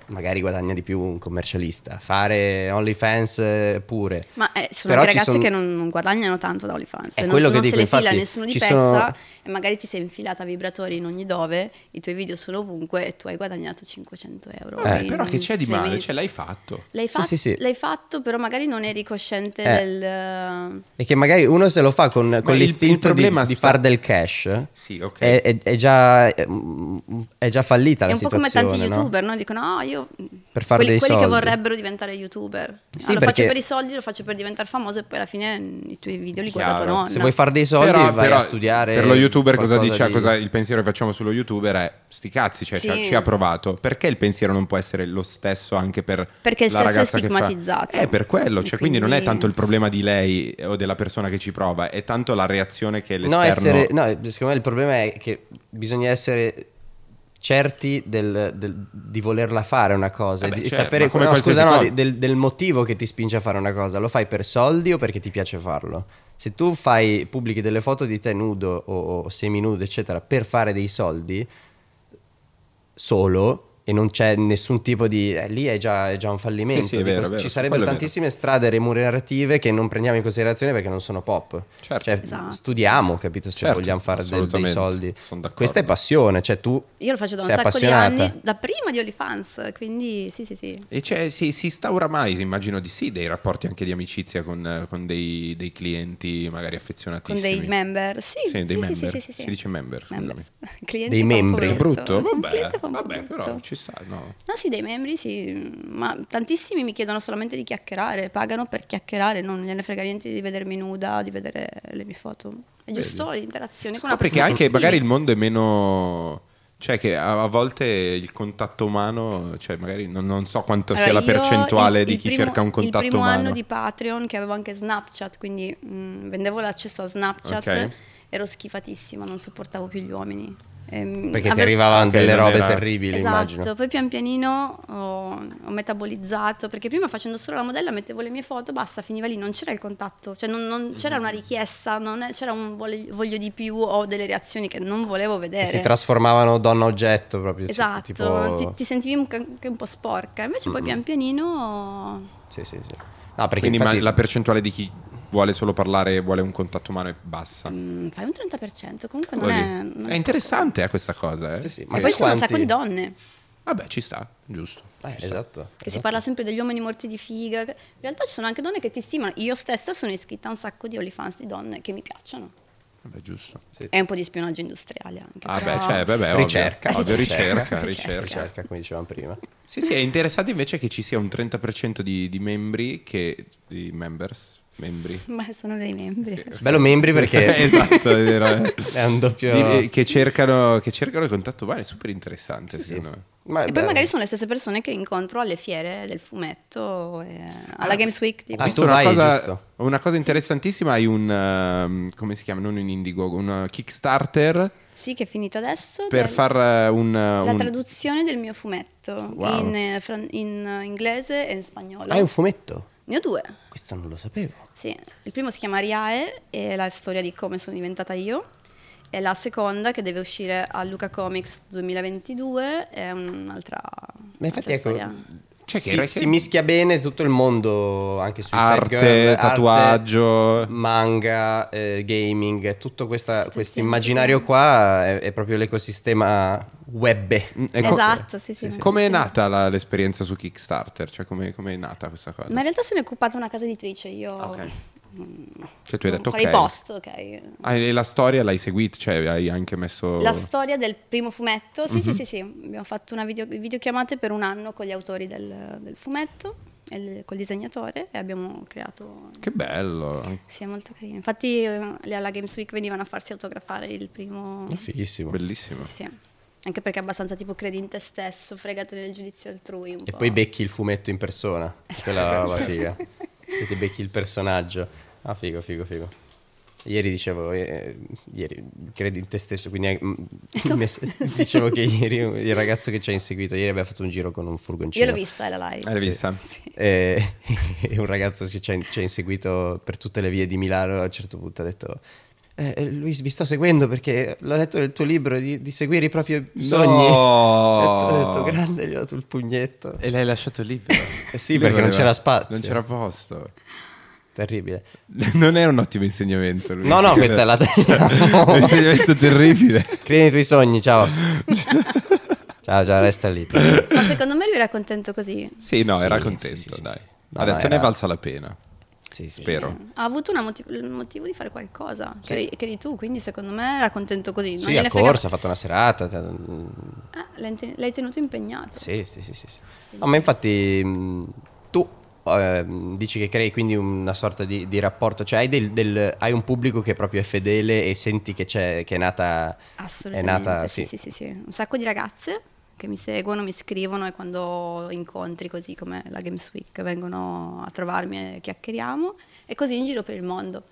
Speaker 3: magari guadagna di più un commercialista. Fare OnlyFans eh, pure.
Speaker 1: Ma eh, ci sono
Speaker 3: Però
Speaker 1: anche
Speaker 3: ci
Speaker 1: ragazzi
Speaker 3: son-
Speaker 1: che non, non guadagnano tanto da OnlyFans.
Speaker 3: È
Speaker 1: non,
Speaker 3: quello che
Speaker 1: non
Speaker 3: dico,
Speaker 1: se le fila
Speaker 3: infatti,
Speaker 1: nessuno di
Speaker 3: ci
Speaker 1: pezza
Speaker 3: sono-
Speaker 1: e magari ti sei infilata a vibratori in ogni dove, i tuoi video sono ovunque e tu hai guadagnato 500 euro.
Speaker 3: Eh,
Speaker 2: Vabbè,
Speaker 1: in
Speaker 2: Eh, però che c'è di
Speaker 1: sei
Speaker 2: male?
Speaker 1: mesi.
Speaker 2: Cioè, l'hai fatto.
Speaker 1: L'hai,
Speaker 3: Sì,
Speaker 1: fat-
Speaker 3: sì, sì.
Speaker 1: l'hai fatto, però magari non eri cosciente
Speaker 3: Eh.
Speaker 1: del...
Speaker 3: E che magari uno se lo fa con, con
Speaker 2: il- il
Speaker 3: l'istinto di,
Speaker 2: problema
Speaker 3: di
Speaker 2: sta-
Speaker 3: far del cash.
Speaker 2: Sì, ok.
Speaker 3: È, è- è già, è, mm, è già fallita
Speaker 1: È
Speaker 3: la
Speaker 1: un po' come
Speaker 3: situazione.
Speaker 1: tanti
Speaker 3: no?
Speaker 1: youtuber, no? Dicono, ah, io...
Speaker 3: Per fare
Speaker 1: quelli,
Speaker 3: dei
Speaker 1: quelli che
Speaker 3: soldi."
Speaker 1: vorrebbero diventare youtuber.
Speaker 3: Sì,
Speaker 1: Ah, lo
Speaker 3: perché-
Speaker 1: faccio per i soldi, lo faccio per diventare famoso e poi alla fine mm, i tuoi video li guarda tua
Speaker 2: Chiaro.
Speaker 1: nonna.
Speaker 3: Se vuoi fare dei soldi, vai a studiare.
Speaker 2: Per lo youtuber, cosa
Speaker 3: qualcosa
Speaker 2: dice,
Speaker 3: di-
Speaker 2: cosa- il pensiero che facciamo sullo youtuber è sti cazzi, cioè, ci ha-
Speaker 1: Sì.
Speaker 2: ci ha provato. Perché il pensiero non può essere lo stesso anche per
Speaker 1: Perché il
Speaker 2: la
Speaker 1: sesso è
Speaker 2: ragazza che fa-
Speaker 1: stigmatizzato.
Speaker 2: È per quello, cioè,
Speaker 1: Quindi-
Speaker 2: quindi... non è tanto il problema di lei eh, o della persona che ci prova, è tanto la reazione che l'esterno...
Speaker 3: No, essere, no, secondo me il problema è che bisogna essere certi del- del- di volerla fare una cosa. e
Speaker 2: Vabbè,
Speaker 3: di- e
Speaker 2: certo,
Speaker 3: sapere
Speaker 2: ma come
Speaker 3: no, scusa,
Speaker 2: qualsiasi
Speaker 3: no,
Speaker 2: cosa.
Speaker 3: di- del, del motivo che ti spinge a fare una cosa. Lo fai per soldi o perché ti piace farlo? Se tu fai, pubblichi delle foto di te nudo o, o seminudo, eccetera, per fare dei soldi solo e non c'è nessun tipo di... eh, lì è già, è già un fallimento.
Speaker 2: Sì, sì, è
Speaker 3: Dico,
Speaker 2: vero, è vero,
Speaker 3: Ci
Speaker 2: su
Speaker 3: sarebbero
Speaker 2: quello è
Speaker 3: tantissime strade remunerative che non prendiamo in considerazione perché non sono pop.
Speaker 2: Certo.
Speaker 3: Cioè,
Speaker 1: Esatto.
Speaker 3: studiamo, capito? se
Speaker 2: Certo,
Speaker 3: vogliamo fare del- dei
Speaker 2: assolutamente,
Speaker 3: soldi.
Speaker 2: sono d'accordo.
Speaker 3: Questa è passione, cioè tu
Speaker 1: Io lo faccio da un
Speaker 3: sei
Speaker 1: sacco di
Speaker 3: appassionata.
Speaker 1: anni, da prima di OnlyFans, quindi sì, sì, sì.
Speaker 2: E cioè, si, si instaura mai, immagino di sì, dei rapporti anche di amicizia con, eh, con dei, dei clienti magari
Speaker 1: Con
Speaker 2: affezionatissimi.
Speaker 1: dei member, sì,
Speaker 2: Sì,
Speaker 1: sì,
Speaker 2: dei
Speaker 1: sì,
Speaker 2: member.
Speaker 1: sì, sì, sì.
Speaker 2: Si dice member, scusami.
Speaker 1: Members. Cliente fa
Speaker 3: Dei
Speaker 1: un po'
Speaker 3: membri.
Speaker 2: È brutto?
Speaker 1: certo. Un
Speaker 2: Vabbè,
Speaker 1: cliente fa un po'
Speaker 2: vabbè,
Speaker 1: brutto.
Speaker 2: però cioè, ci sta, no?
Speaker 1: No, sì, dei membri, sì, ma tantissimi mi chiedono solamente di chiacchierare, pagano per chiacchierare, non gliene frega niente di vedermi nuda, di vedere le mie foto. È giusto l'interazione con una
Speaker 2: Scopri che
Speaker 1: persona
Speaker 2: anche
Speaker 1: gentile.
Speaker 2: magari il mondo è meno... Cioè che a a volte il contatto umano, cioè magari non, non so quanto sia
Speaker 1: Allora,
Speaker 2: la
Speaker 1: io
Speaker 2: percentuale
Speaker 1: il-
Speaker 2: di
Speaker 1: il
Speaker 2: chi
Speaker 1: primo-
Speaker 2: cerca un contatto
Speaker 1: Il primo
Speaker 2: umano.
Speaker 1: anno di Patreon che avevo anche Snapchat, quindi mm, vendevo l'accesso a Snapchat,
Speaker 2: Ok.
Speaker 1: ero schifatissima, non sopportavo più gli uomini. Ehm,
Speaker 3: perché ti
Speaker 1: ave-
Speaker 3: arrivavano
Speaker 2: Ok,
Speaker 3: delle
Speaker 2: non
Speaker 3: robe
Speaker 2: era-
Speaker 3: terribili,
Speaker 1: Esatto,
Speaker 3: immagino.
Speaker 1: poi pian pianino ho, ho metabolizzato, perché prima facendo solo la modella mettevo le mie foto, basta, finiva lì, non c'era il contatto, cioè non, non c'era
Speaker 3: Mm-hmm.
Speaker 1: una richiesta, non è- c'era un vole- voglio di più o delle reazioni che non volevo vedere.
Speaker 3: Che si trasformavano donna oggetto proprio. sì,
Speaker 1: Esatto,
Speaker 3: tipo-
Speaker 1: ti, ti sentivi un- anche un po' sporca, invece poi pian pianino...
Speaker 3: Sì, sì, sì. No, perché
Speaker 2: Quindi ma
Speaker 3: infatti
Speaker 2: la percentuale di chi vuole solo parlare, vuole un contatto umano è bassa.
Speaker 1: mm, fai un 30%, comunque non
Speaker 2: Vuoi
Speaker 1: è...
Speaker 2: dire?
Speaker 1: non
Speaker 2: è interessante eh, questa cosa, eh.
Speaker 3: Sì, sì, ma
Speaker 1: Ma
Speaker 3: sai
Speaker 1: poi ci sono un
Speaker 3: quanti-
Speaker 1: sacco di donne.
Speaker 2: Vabbè, ci sta, giusto.
Speaker 3: Eh, esatto.
Speaker 1: Che si parla sempre degli uomini morti di figa. In realtà ci sono anche donne che ti stimano. Io stessa sono iscritta a un sacco di OnlyFans di donne che mi piacciono.
Speaker 2: Vabbè, giusto.
Speaker 1: È un po' di spionaggio industriale anche.
Speaker 2: Ah,
Speaker 1: però-
Speaker 2: beh, cioè, beh, beh, ovvio.
Speaker 3: Ricerca,
Speaker 2: Ovvio,
Speaker 3: sì,
Speaker 2: ricerca,
Speaker 1: ricerca.
Speaker 2: ricerca.
Speaker 3: Ricerca, come dicevamo prima.
Speaker 2: Sì, sì, è interessante invece che ci sia un 30% di, di membri che... di members? Membri.
Speaker 1: Ma sono dei membri.
Speaker 3: Bello membri perché... Cioè,
Speaker 2: esatto, è vero.
Speaker 3: È un doppio-
Speaker 2: Di- eh, che, cercano, che cercano il contatto umano, è super interessante.
Speaker 3: Sì, sì.
Speaker 2: secondo me.
Speaker 3: Ma-
Speaker 1: E
Speaker 3: beh,
Speaker 1: poi magari sono le stesse persone che incontro alle fiere del fumetto, eh, alla Games Week. Tipo.
Speaker 2: Ho
Speaker 3: Ah,
Speaker 2: visto
Speaker 3: tu
Speaker 2: una,
Speaker 3: vai,
Speaker 2: cosa,
Speaker 3: giusto.
Speaker 2: una cosa interessantissima, hai un... ehm, come si chiama? Non un Indiegogo, un eh, Kickstarter
Speaker 1: Sì, che è finito adesso.
Speaker 2: per
Speaker 1: del-
Speaker 2: far eh, un... eh,
Speaker 1: La
Speaker 2: un-
Speaker 1: traduzione del mio fumetto
Speaker 2: Wow.
Speaker 1: in, eh, fran- in, eh, inglese e in spagnolo.
Speaker 3: Ah, è un fumetto.
Speaker 1: ne ho due.
Speaker 3: Questo non lo sapevo.
Speaker 1: Sì, il primo si chiama Riae, è la storia di come sono diventata io. E la seconda, che deve uscire a Luca Comics 2022, è un'altra.
Speaker 3: Ma infatti
Speaker 1: un'altra
Speaker 3: ecco,
Speaker 1: storia.
Speaker 2: Cioè, che
Speaker 3: si,
Speaker 2: re-
Speaker 3: si mischia bene tutto il mondo, anche sui
Speaker 2: Arte,
Speaker 3: side girl, arte,
Speaker 2: tatuaggio.
Speaker 3: manga, eh, gaming, tutto questa- questo
Speaker 1: sì,
Speaker 3: immaginario
Speaker 1: sì.
Speaker 3: qua è, è proprio l'ecosistema web.
Speaker 2: Mm, e co-
Speaker 1: Esatto, sì, sì.
Speaker 2: Come è
Speaker 1: Sì.
Speaker 2: nata la- l'esperienza su Kickstarter? Cioè, come come è nata questa cosa?
Speaker 1: Ma in realtà se ne è occupata una casa editrice. Io
Speaker 2: Ah, Ok. Cioè tu hai detto
Speaker 1: farei
Speaker 2: ok.
Speaker 1: post, ok.
Speaker 2: Ah, e la storia l'hai seguita, cioè hai anche messo...
Speaker 1: La storia del primo fumetto, sì,
Speaker 2: Mhm.
Speaker 1: sì, sì, sì, abbiamo fatto una video- videochiamate per un anno con gli autori del, del fumetto, e il- col disegnatore e abbiamo creato...
Speaker 2: Che bello,
Speaker 1: Sì, è molto carino. Infatti eh, le- alla Games Week venivano a farsi autografare il primo...
Speaker 2: Ah,
Speaker 3: Fighissimo.
Speaker 2: bellissimo.
Speaker 1: Sì. Anche perché è abbastanza tipo credi in te stesso, fregate del giudizio altrui un
Speaker 3: E
Speaker 1: po'.
Speaker 3: poi becchi il fumetto in persona. Quella roba figa. E ti becchi il personaggio. Ah, figo, figo, figo. Ieri dicevo, eh, ieri, credi in te stesso, quindi eh, mm, il mess- dicevo che ieri il ragazzo che ci ha inseguito, ieri abbiamo fatto un giro con un furgoncino.
Speaker 1: Io l'ho vista, è la live.
Speaker 2: Hai vista?
Speaker 3: E, e un ragazzo che ci ha, ci ha inseguito per tutte le vie di Milano a un certo punto ha detto... Eh, Luis, vi sto seguendo perché l'ho letto nel tuo libro di, di seguire i propri
Speaker 2: No.
Speaker 3: sogni. Ho detto, grande, gli ho dato il pugnetto.
Speaker 2: E l'hai lasciato libero.
Speaker 3: Eh sì,
Speaker 2: Lui
Speaker 3: perché non
Speaker 2: voleva-
Speaker 3: c'era spazio.
Speaker 2: Non c'era posto.
Speaker 3: Terribile.
Speaker 2: Non è un ottimo insegnamento. Luis.
Speaker 3: No, no, questa è la
Speaker 2: un insegnamento terribile.
Speaker 3: Credi nei tuoi sogni, ciao. ciao, ciao, resta lì. Sì,
Speaker 1: Ma secondo me lui era contento così.
Speaker 2: Sì, no,
Speaker 3: Sì,
Speaker 2: era
Speaker 3: sì,
Speaker 2: contento,
Speaker 3: sì, sì,
Speaker 2: dai.
Speaker 3: sì. No,
Speaker 2: ha
Speaker 3: no,
Speaker 2: detto
Speaker 3: era-
Speaker 2: ne è valsa la pena,
Speaker 3: sì.
Speaker 2: spero.
Speaker 3: Ecco.
Speaker 1: Ha avuto una moti- il motivo di fare qualcosa, che, eri, che eri tu, quindi secondo me era contento così. Non
Speaker 3: Sì,
Speaker 1: gliene
Speaker 3: ha
Speaker 1: frega-
Speaker 3: corso, ha fatto una serata. t-
Speaker 1: Ah, l'hai, ten- l'hai tenuto impegnato.
Speaker 3: Sì, sì, sì, sì. sì. No, ma infatti mh, tu ehm, dici che crei quindi una sorta di, di rapporto, cioè hai, del- del- hai un pubblico che proprio è fedele e senti che, c'è, che è nata...
Speaker 1: Assolutamente.
Speaker 3: È nata, sì.
Speaker 1: Sì, sì, sì. Un sacco di ragazze che mi seguono, mi scrivono e quando incontri così come la Games Week vengono a trovarmi e chiacchieriamo e così in giro per il mondo.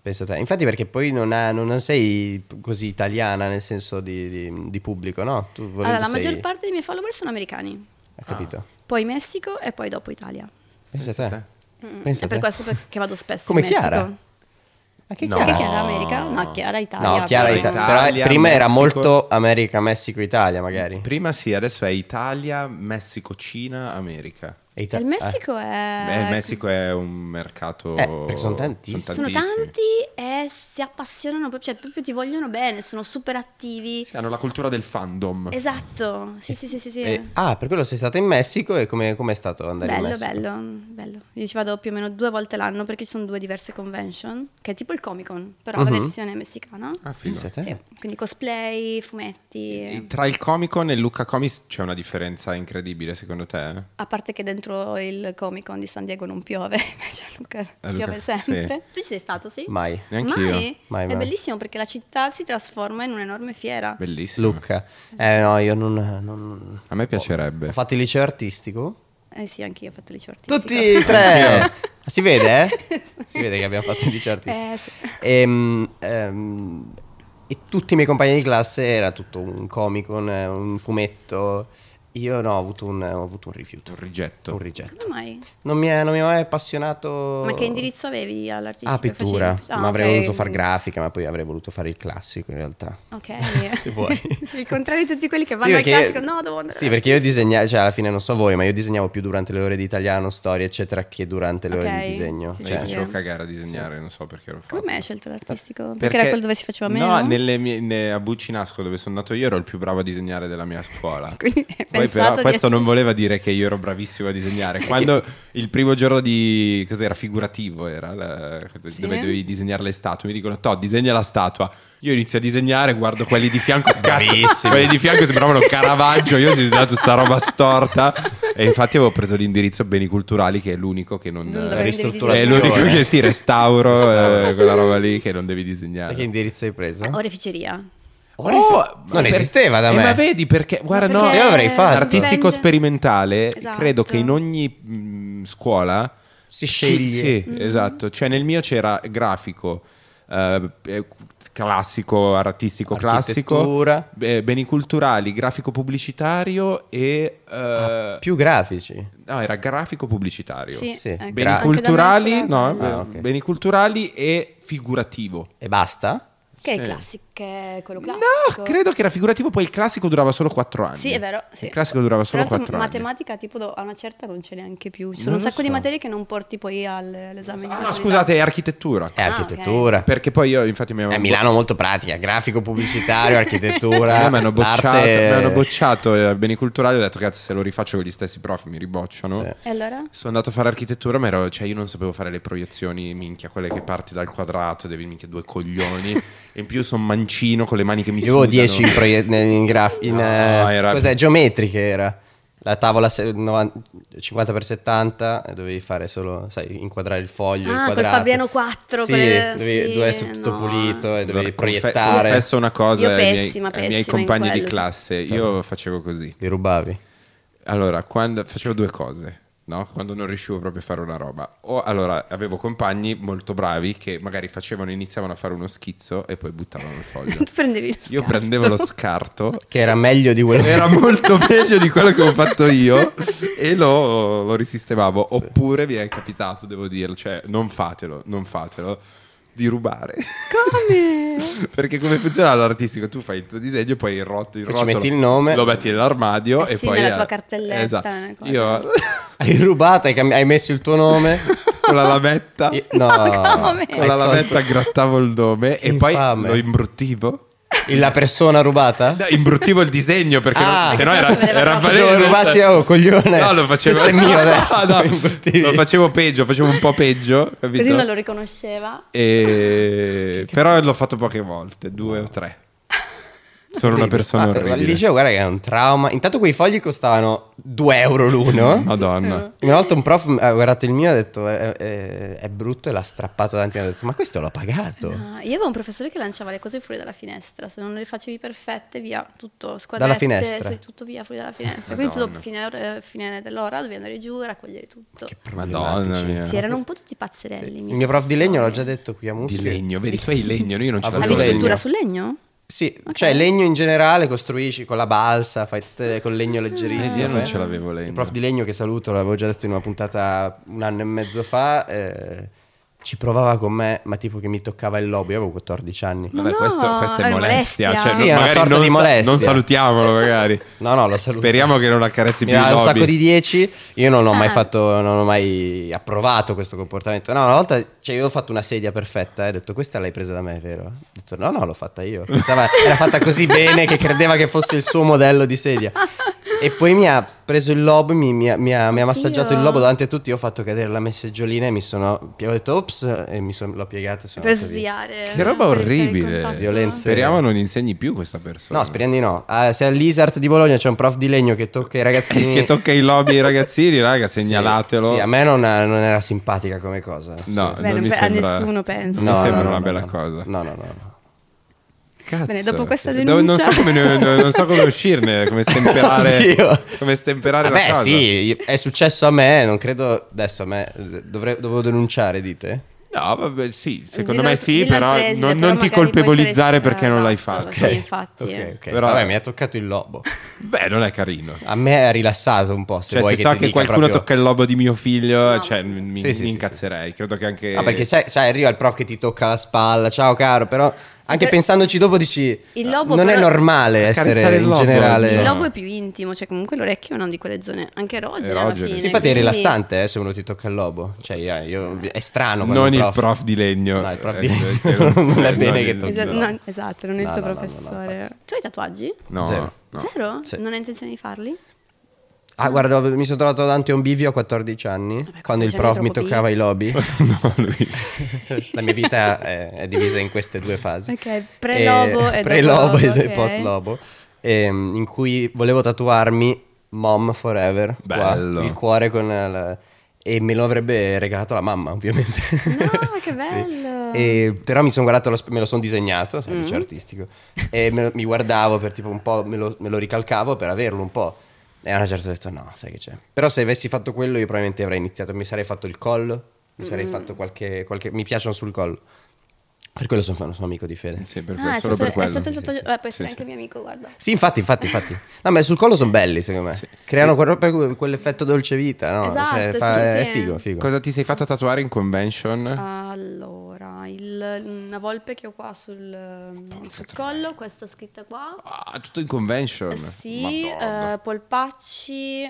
Speaker 3: Pensa te. Infatti perché poi non, ha- non sei così italiana nel senso di, di- di pubblico, no? Tu volendo
Speaker 1: Allora, la
Speaker 3: sei-
Speaker 1: maggior parte dei miei follower sono americani,
Speaker 3: Hai capito?
Speaker 1: poi Messico e poi dopo Italia.
Speaker 3: Pensa,
Speaker 2: Pensa
Speaker 3: te.
Speaker 1: Mm,
Speaker 3: Pensa
Speaker 1: è per
Speaker 3: te.
Speaker 1: questo che vado spesso
Speaker 3: Come
Speaker 1: in Messico.
Speaker 3: Chiara?
Speaker 1: Anche
Speaker 2: No.
Speaker 1: Chiara? America? No, Chiara Italia.
Speaker 3: No, Chiara
Speaker 1: però-
Speaker 3: Ita-
Speaker 2: Italia,
Speaker 3: però eh, prima era
Speaker 2: Messico.
Speaker 3: molto America, Messico, Italia magari.
Speaker 2: Prima sì, adesso è Italia, Messico, Cina, America.
Speaker 3: E Ita-
Speaker 1: Il Messico
Speaker 2: Beh,
Speaker 1: è...
Speaker 2: eh. il Messico è un mercato...
Speaker 3: Eh, perché sono tantissimi.
Speaker 1: ecco. Sono
Speaker 2: tantissimi.
Speaker 1: tanti e si appassionano, proprio- cioè proprio ti vogliono bene, sono super attivi.
Speaker 2: Sì, hanno la cultura del fandom.
Speaker 1: Esatto, sì sì sì sì. sì.
Speaker 3: eh, eh, ah, per quello sei stata in Messico e come com'è stato andare in
Speaker 1: Bello,
Speaker 3: Messico?
Speaker 1: bello, bello. Io ci vado più o meno due volte l'anno perché ci sono due diverse convention, che è tipo il Comic Con, però la versione messicana.
Speaker 2: Mhm. Ah, figo.
Speaker 3: Pensa te.
Speaker 1: Sì, Quindi cosplay, fumetti.
Speaker 2: E Tra il Comic Con e il Luca Comics c'è una differenza incredibile, secondo te?
Speaker 1: A parte che dentro il Comic Con di San Diego non piove, invece a Luca
Speaker 2: A Eh, Luca,
Speaker 1: piove sempre. Tu ci sei stato, sì?
Speaker 3: Mai.
Speaker 2: Neanch'io.
Speaker 1: Mai?
Speaker 3: Mai,
Speaker 1: È
Speaker 3: mai.
Speaker 1: bellissimo perché la città si trasforma in un'enorme fiera.
Speaker 2: Bellissimo.
Speaker 3: Lucca. Eh no, io non... non-
Speaker 2: A me piacerebbe.
Speaker 3: Ho fatto il liceo artistico.
Speaker 1: Eh sì, anche io ho fatto liceo artistico.
Speaker 3: Tutti e tre! si vede, eh? Si vede che abbiamo fatto il liceo artistico.
Speaker 1: Eh, sì.
Speaker 3: Ehm, ehm, e tutti i miei compagni di classe era tutto un comic con eh, un fumetto. Io no, ho avuto un, ho avuto un rifiuto.
Speaker 2: Un rigetto.
Speaker 3: Un rigetto.
Speaker 1: Come mai?
Speaker 3: Non mi è, non mi è mai appassionato.
Speaker 1: Ma che indirizzo avevi all'artista?
Speaker 3: Oh. Ah, pittura.
Speaker 1: Ah,
Speaker 3: ma avrei
Speaker 1: ok.
Speaker 3: voluto far grafica, ma poi avrei voluto fare il classico in realtà.
Speaker 1: Ok.
Speaker 3: Se vuoi.
Speaker 1: Il contrario di tutti quelli che vanno
Speaker 3: Sì,
Speaker 1: al
Speaker 3: perché-
Speaker 1: classico. No, devo andare.
Speaker 3: Sì, perché io disegnavo, cioè alla fine non so voi, ma io disegnavo più durante le ore di italiano, storia, eccetera, che durante le ore
Speaker 1: Ok.
Speaker 3: di disegno. Cioè,
Speaker 1: Sì, sì,
Speaker 2: Eh, io
Speaker 1: sì.
Speaker 2: facevo cagare a disegnare, non so perché ero fatto.
Speaker 1: Come mai hai scelto l'artistico? Perché, era quello dove si faceva meno?
Speaker 2: No, nelle mie- ne- a Buccinasco dove sono nato io ero il più bravo a disegnare della mia scuola.
Speaker 1: Quindi hai
Speaker 2: Poi
Speaker 1: pensato
Speaker 2: però
Speaker 1: di
Speaker 2: questo
Speaker 1: essere-
Speaker 2: non voleva dire che io ero bravissimo a disegnare. Quando il primo giorno di... cos'era? Figurativo era, la- dove dovevi disegnare le statue. Mi dicono, Toh, disegna la statua. Io inizio a disegnare, guardo quelli di fianco, cazzo,
Speaker 3: Bravissimo.
Speaker 2: quelli di fianco sembravano Caravaggio, io ho disegnato sta roba storta. E infatti avevo preso l'indirizzo beni culturali, che è l'unico che non...
Speaker 1: Non
Speaker 2: eh,
Speaker 1: dovrei-
Speaker 2: è
Speaker 3: Ristrutturazione.
Speaker 2: l'unico che si restauro, eh, quella roba lì che non devi disegnare.
Speaker 3: Ma Che indirizzo hai preso?
Speaker 1: Ah, Oreficeria.
Speaker 2: Oh,
Speaker 3: non
Speaker 2: per-
Speaker 3: esisteva da
Speaker 2: Eh,
Speaker 3: me.
Speaker 2: ma vedi perché, guarda,
Speaker 1: Ma
Speaker 2: no,
Speaker 1: perché
Speaker 3: Sì, l'avrei fatto.
Speaker 2: artistico
Speaker 1: dipende-
Speaker 2: sperimentale,
Speaker 1: Esatto.
Speaker 2: credo che in ogni mh, scuola
Speaker 3: Si
Speaker 2: ci-
Speaker 3: sceglie.
Speaker 2: Sì,
Speaker 1: Mm.
Speaker 2: esatto. Cioè nel mio c'era grafico, eh, eh, classico, artistico, classico,
Speaker 3: Architettura.
Speaker 2: eh, beni culturali, grafico pubblicitario e... eh,
Speaker 3: Più grafici.
Speaker 2: No, era grafico pubblicitario.
Speaker 1: Sì,
Speaker 3: Sì.
Speaker 1: ecco. Anche
Speaker 2: Beni
Speaker 1: da me
Speaker 2: culturali,
Speaker 3: eh.
Speaker 1: c'era
Speaker 2: no, eh,
Speaker 1: quello.
Speaker 3: Ah, ok.
Speaker 2: beni culturali e figurativo.
Speaker 3: E basta?
Speaker 1: Che è
Speaker 2: Sì.
Speaker 1: classico, che è quello classico.
Speaker 2: No, credo che era figurativo, poi il classico durava solo 4 anni.
Speaker 1: Sì, è vero. Sì.
Speaker 2: Il classico durava
Speaker 1: Tra
Speaker 2: solo
Speaker 1: l'altro
Speaker 2: 4 anni.
Speaker 1: Matematica, tipo, do- a una certa non ce n'è neanche più. Ci sono
Speaker 2: Non
Speaker 1: un
Speaker 2: lo
Speaker 1: sacco di
Speaker 2: so.
Speaker 1: materie che non porti poi al- all'esame. di
Speaker 2: Ah, no,
Speaker 1: maturità.
Speaker 2: scusate, è architettura.
Speaker 3: È
Speaker 1: Ah,
Speaker 3: architettura.
Speaker 2: Perché poi io, infatti, mi
Speaker 3: È
Speaker 2: avevano,
Speaker 3: Eh, Milano molto pratica, grafico pubblicitario, architettura.
Speaker 2: bo- mi Eh, hanno bocciato,
Speaker 3: arte-
Speaker 2: mi hanno bocciato eh, beni culturali. Ho detto, cazzo, se lo rifaccio con gli stessi prof mi ribocciano.
Speaker 3: Sì.
Speaker 1: E allora?
Speaker 2: Sono andato a fare architettura, ma ero- cioè, io non sapevo fare le proiezioni, minchia, quelle che parti dal quadrato, devi minchia due coglioni. e in più sono mancino con le mani che mi
Speaker 3: Io avevo
Speaker 2: sudano.
Speaker 3: 10 in, proie- nel- in graf- in,
Speaker 2: No,
Speaker 3: eh,
Speaker 2: era-
Speaker 3: Cos'è? Geometriche era. La tavola se- novan- 50x70 e eh, dovevi fare solo, sai, inquadrare il foglio, il
Speaker 1: Ah, col
Speaker 3: quadrato.
Speaker 1: Fabiano 4,
Speaker 3: Sì,
Speaker 1: quelle-
Speaker 3: dovevi-
Speaker 1: sì,
Speaker 3: doveva essere tutto
Speaker 1: no.
Speaker 3: pulito e dovevi
Speaker 2: Allora, confe-
Speaker 3: proiettare.
Speaker 2: Confesso una cosa
Speaker 1: Io
Speaker 2: ai miei-
Speaker 1: pessima,
Speaker 2: ai miei,
Speaker 1: pessima in
Speaker 2: compagni di
Speaker 1: quello.
Speaker 2: classe.
Speaker 3: Certo.
Speaker 2: Io facevo così.
Speaker 3: Li rubavi.
Speaker 2: Allora, quando facevo due cose, no? Quando non riuscivo proprio a fare una roba. O allora avevo compagni molto bravi che magari facevano, iniziavano a fare uno schizzo e poi buttavano il foglio.
Speaker 1: Tu prendevi lo
Speaker 2: Io
Speaker 1: scarto.
Speaker 2: prendevo lo scarto,
Speaker 3: Che era meglio di quello
Speaker 2: era molto meglio di quello che ho fatto io e lo, lo risistemavo. Oppure vi è capitato, devo dirlo, cioè non fatelo, non fatelo, di rubare.
Speaker 1: Come?
Speaker 2: Perché come funziona l'artistico? Tu fai il tuo disegno, poi il rotto, il
Speaker 3: Poi ci
Speaker 2: rotolo,
Speaker 3: metti il nome.
Speaker 2: lo metti nell'armadio
Speaker 1: Eh
Speaker 2: e
Speaker 1: sì,
Speaker 2: poi...
Speaker 1: nella
Speaker 2: eh,
Speaker 1: tua cartelletta,
Speaker 2: Esatto.
Speaker 1: una cosa.
Speaker 2: Io
Speaker 3: Hai rubato, hai, cambi- hai messo il tuo nome.
Speaker 2: con la lametta,
Speaker 3: Io- No,
Speaker 1: come?
Speaker 2: con la
Speaker 3: Hai
Speaker 2: lametta grattavo il nome e poi
Speaker 3: infame.
Speaker 2: lo imbruttivo.
Speaker 3: tolto- La persona rubata?
Speaker 2: No, imbruttivo il disegno perché
Speaker 3: Ah.
Speaker 2: no- se no era,
Speaker 1: Perché
Speaker 2: era
Speaker 1: se
Speaker 2: palese.
Speaker 3: Devo rubarsi, oh, coglione.
Speaker 2: No, lo facevo.
Speaker 3: Questo è mio adesso.
Speaker 2: No, no,
Speaker 3: Imbruttivi.
Speaker 2: lo facevo peggio, facevo un po' peggio, capito?
Speaker 1: Così non lo riconosceva.
Speaker 2: E- Però l'ho fatto poche volte, due o tre. Sono una persona
Speaker 3: Ah, al
Speaker 2: orribile.
Speaker 3: liceo, guarda che è un trauma. Intanto quei fogli costavano 2 euro l'uno.
Speaker 2: Madonna.
Speaker 3: Una volta un prof ha guardato il mio e ha detto "Eh, eh, è, brutto e l'ha strappato davanti a me. Ho detto ma questo l'ho pagato.
Speaker 1: Ah, io avevo un professore che lanciava le cose fuori dalla finestra, se non le facevi perfette, via, tutto squadrette,
Speaker 3: Dalla finestra?
Speaker 1: sì, tutto via
Speaker 2: Eh,
Speaker 1: fuori dalla finestra. Quindi tu,
Speaker 2: Madonna.
Speaker 1: dopo fine, ora- fine dell'ora dovevi andare giù e raccogliere tutto.
Speaker 3: Che
Speaker 2: Madonna
Speaker 3: problematici.
Speaker 2: mia.
Speaker 1: Sì, erano un po' tutti pazzerelli.
Speaker 3: Il mio prof di legno l'ho già detto qui a
Speaker 2: Di
Speaker 3: Muschi.
Speaker 2: legno, vedi, tu hai il legno, io non
Speaker 3: Ah,
Speaker 2: ce
Speaker 3: voi
Speaker 2: l'avevo.
Speaker 1: Avevi struttura
Speaker 3: legno.
Speaker 1: sul legno?
Speaker 3: Sì, cioè legno in generale costruisci con la balsa, fai tutte le- con legno leggerissimo.
Speaker 2: Eh, io non
Speaker 3: fai-
Speaker 2: ce l'avevo legno.
Speaker 3: Il prof di legno che saluto, l'avevo già detto in una puntata un anno e mezzo fa, eh, ci provava con me, ma tipo che mi toccava il lobo, io avevo 14 anni.
Speaker 1: Ma
Speaker 2: Vabbè,
Speaker 1: no,
Speaker 2: questo, questa è
Speaker 1: è
Speaker 2: molestia.
Speaker 1: molestia.
Speaker 2: Cioè,
Speaker 1: Sì,
Speaker 2: non-
Speaker 3: eh, è una
Speaker 2: magari
Speaker 3: sorta
Speaker 2: non
Speaker 3: di
Speaker 2: sa-
Speaker 3: molestia.
Speaker 2: Non salutiamolo, magari.
Speaker 3: No, no, lo saluto.
Speaker 2: Speriamo che non accarezzi
Speaker 3: Mi
Speaker 2: più i
Speaker 3: dava un
Speaker 2: lobby.
Speaker 3: sacco di 10, io non ho mai
Speaker 1: Ah.
Speaker 3: fatto, non ho mai approvato questo comportamento. No, una volta, cioè io ho fatto una sedia perfetta e ho detto questa l'hai presa da me, vero? Ho detto no, no, l'ho fatta io. Pensava, era fatta così bene che credeva che fosse il suo modello di sedia. E poi mi ha preso il lobo, mi, mi ha, mi ha- mi ha massaggiato il
Speaker 1: Oddio.
Speaker 3: lobo davanti a tutti, io ho fatto cadere la messeggiolina e mi sono, ho detto ops e mi sono, l'ho piegata e sono
Speaker 1: Per
Speaker 3: così.
Speaker 1: sviare.
Speaker 2: Ah, Che roba
Speaker 1: Eh, per evitare il
Speaker 2: orribile.
Speaker 1: contatto.
Speaker 3: Violenza.
Speaker 2: Speriamo non insegni più questa persona.
Speaker 3: No, speriamo di no. Ah, se all'Isart di Bologna c'è un prof di legno che tocca i ragazzini.
Speaker 2: che tocca i lobby ai ragazzini, raga, segnalatelo.
Speaker 3: Sì, sì, a me non, non era simpatica come cosa.
Speaker 2: No,
Speaker 1: Beh,
Speaker 2: Ah, non mi
Speaker 1: a
Speaker 2: sembra,
Speaker 1: nessuno pensa.
Speaker 2: non mi
Speaker 1: No,
Speaker 2: sembra
Speaker 1: no,
Speaker 2: una
Speaker 3: no,
Speaker 2: bella
Speaker 3: no.
Speaker 2: cosa.
Speaker 3: No, no, no. no.
Speaker 2: Cazzo.
Speaker 1: Bene, dopo questa
Speaker 2: Sì, devo- Non so,
Speaker 1: denuncia-
Speaker 2: come, ne- non so come uscirne, come stemperare,
Speaker 3: Oddio.
Speaker 2: come stemperare
Speaker 3: Vabbè,
Speaker 2: la cosa.
Speaker 3: sì, io- è successo a me, non credo adesso a me dovrei, dovevo denunciare, dite?
Speaker 2: No, vabbè, sì, secondo
Speaker 1: Dillo-
Speaker 2: me sì,
Speaker 1: dillo al
Speaker 2: però
Speaker 1: preside,
Speaker 2: non,
Speaker 1: però
Speaker 2: non ti
Speaker 1: magari puoi
Speaker 2: colpevolizzare
Speaker 1: essere-
Speaker 2: perché non l'hai
Speaker 1: esatto,
Speaker 2: fatto.
Speaker 1: Sì, infatti.
Speaker 3: Ok,
Speaker 1: eh.
Speaker 3: ok.
Speaker 2: Però-
Speaker 3: Vabbè, mi ha toccato il lobo.
Speaker 2: Beh, non è carino.
Speaker 3: A me ha rilassato un po', se
Speaker 2: Cioè,
Speaker 3: vuoi
Speaker 2: se
Speaker 3: che
Speaker 2: so
Speaker 3: ti
Speaker 2: che
Speaker 3: dica
Speaker 2: qualcuno
Speaker 3: proprio-
Speaker 2: tocca il lobo di mio figlio, cioè, mi,
Speaker 3: Sì,
Speaker 2: mi
Speaker 3: sì, sì,
Speaker 2: incazzerei. Credo che anche...
Speaker 3: Ah, perché sai, sai, arriva il prof che ti tocca la spalla, ciao caro, però anche
Speaker 1: Per-
Speaker 3: pensandoci dopo dici
Speaker 1: Il lobo
Speaker 3: non è
Speaker 1: però-
Speaker 3: normale essere
Speaker 2: Accarezzare il
Speaker 3: in
Speaker 2: lobo,
Speaker 3: generale
Speaker 2: no.
Speaker 1: Il lobo è più intimo, cioè comunque l'orecchio è una di quelle zone anche erogene, alla
Speaker 2: Erogene,
Speaker 1: fine.
Speaker 2: sì.
Speaker 3: Sì, infatti è
Speaker 1: quindi-
Speaker 3: rilassante eh, se uno ti tocca il lobo. Cioè, io- io- è strano. quando
Speaker 2: Non
Speaker 3: un
Speaker 2: il prof di legno.
Speaker 3: No, il prof
Speaker 2: Eh,
Speaker 3: di
Speaker 2: eh,
Speaker 3: legno.
Speaker 2: non-
Speaker 3: non
Speaker 2: eh,
Speaker 3: è bene
Speaker 2: non
Speaker 3: che
Speaker 2: il-
Speaker 3: tocchi. il
Speaker 1: Esa-
Speaker 3: lobo.
Speaker 1: no, esatto, non è
Speaker 3: No,
Speaker 1: il tuo
Speaker 3: no, no, no, no,
Speaker 1: professore. tu hai tatuaggi?
Speaker 2: No,
Speaker 3: Zero.
Speaker 2: no.
Speaker 1: Zero?
Speaker 3: Sì.
Speaker 1: Non hai intenzione di farli?
Speaker 3: Ah, guarda, mi sono trovato davanti a un bivio a 14 anni. quando il
Speaker 1: 14
Speaker 3: prof
Speaker 1: anni
Speaker 3: mi
Speaker 1: troppo
Speaker 3: toccava i lobby.
Speaker 2: no, lui.
Speaker 3: La mia vita è, è divisa in queste due fasi. Eh,
Speaker 1: Ok, pre-lobo e dopo
Speaker 3: pre-lobo e
Speaker 1: lobo, ok.
Speaker 3: post-lobo. Ehm, in cui volevo tatuarmi Mom Forever. qua,
Speaker 2: Bello.
Speaker 3: il cuore con la- E me lo avrebbe regalato la mamma, ovviamente.
Speaker 1: No, che
Speaker 3: Sì.
Speaker 1: bello. Mm.
Speaker 3: E- però mi sono guardato, allo sp- me lo sono disegnato, sai, liceo artistico, e me lo- mi guardavo per tipo un po', me lo, me lo ricalcavo per averlo un po'. E a una certa ho detto no, sai che c'è. Però se avessi fatto quello io probabilmente
Speaker 1: Mm.
Speaker 3: avrei iniziato, mi sarei fatto il collo, mi sarei fatto qualche, qualche... mi piacciono sul collo. Per quello sono, sono amico di Fede.
Speaker 2: Sì, per
Speaker 1: Ah,
Speaker 2: quello,
Speaker 1: è
Speaker 2: solo
Speaker 1: stato,
Speaker 2: per
Speaker 1: è
Speaker 2: quello.
Speaker 1: stato il
Speaker 2: Sì,
Speaker 1: tatuaggio.
Speaker 2: sì,
Speaker 1: eh, può
Speaker 2: sì,
Speaker 1: essere
Speaker 2: sì.
Speaker 1: anche mio amico, guarda.
Speaker 3: Sì, infatti, infatti, infatti. No, ma sul collo sono belli, secondo me. Creano quel- proprio quell'effetto dolce vita, no?
Speaker 1: Esatto,
Speaker 3: Cioè,
Speaker 1: sì,
Speaker 3: fa-
Speaker 1: sì,
Speaker 3: è
Speaker 1: sì.
Speaker 3: figo, figo.
Speaker 2: Cosa ti sei fatta tatuare in convention?
Speaker 1: Ah. Allora, il- una volpe che ho qua sul, sul collo, questa scritta qua.
Speaker 2: Ah, tutto in convention.
Speaker 1: Sì,
Speaker 2: Madonna,
Speaker 1: eh, polpacci.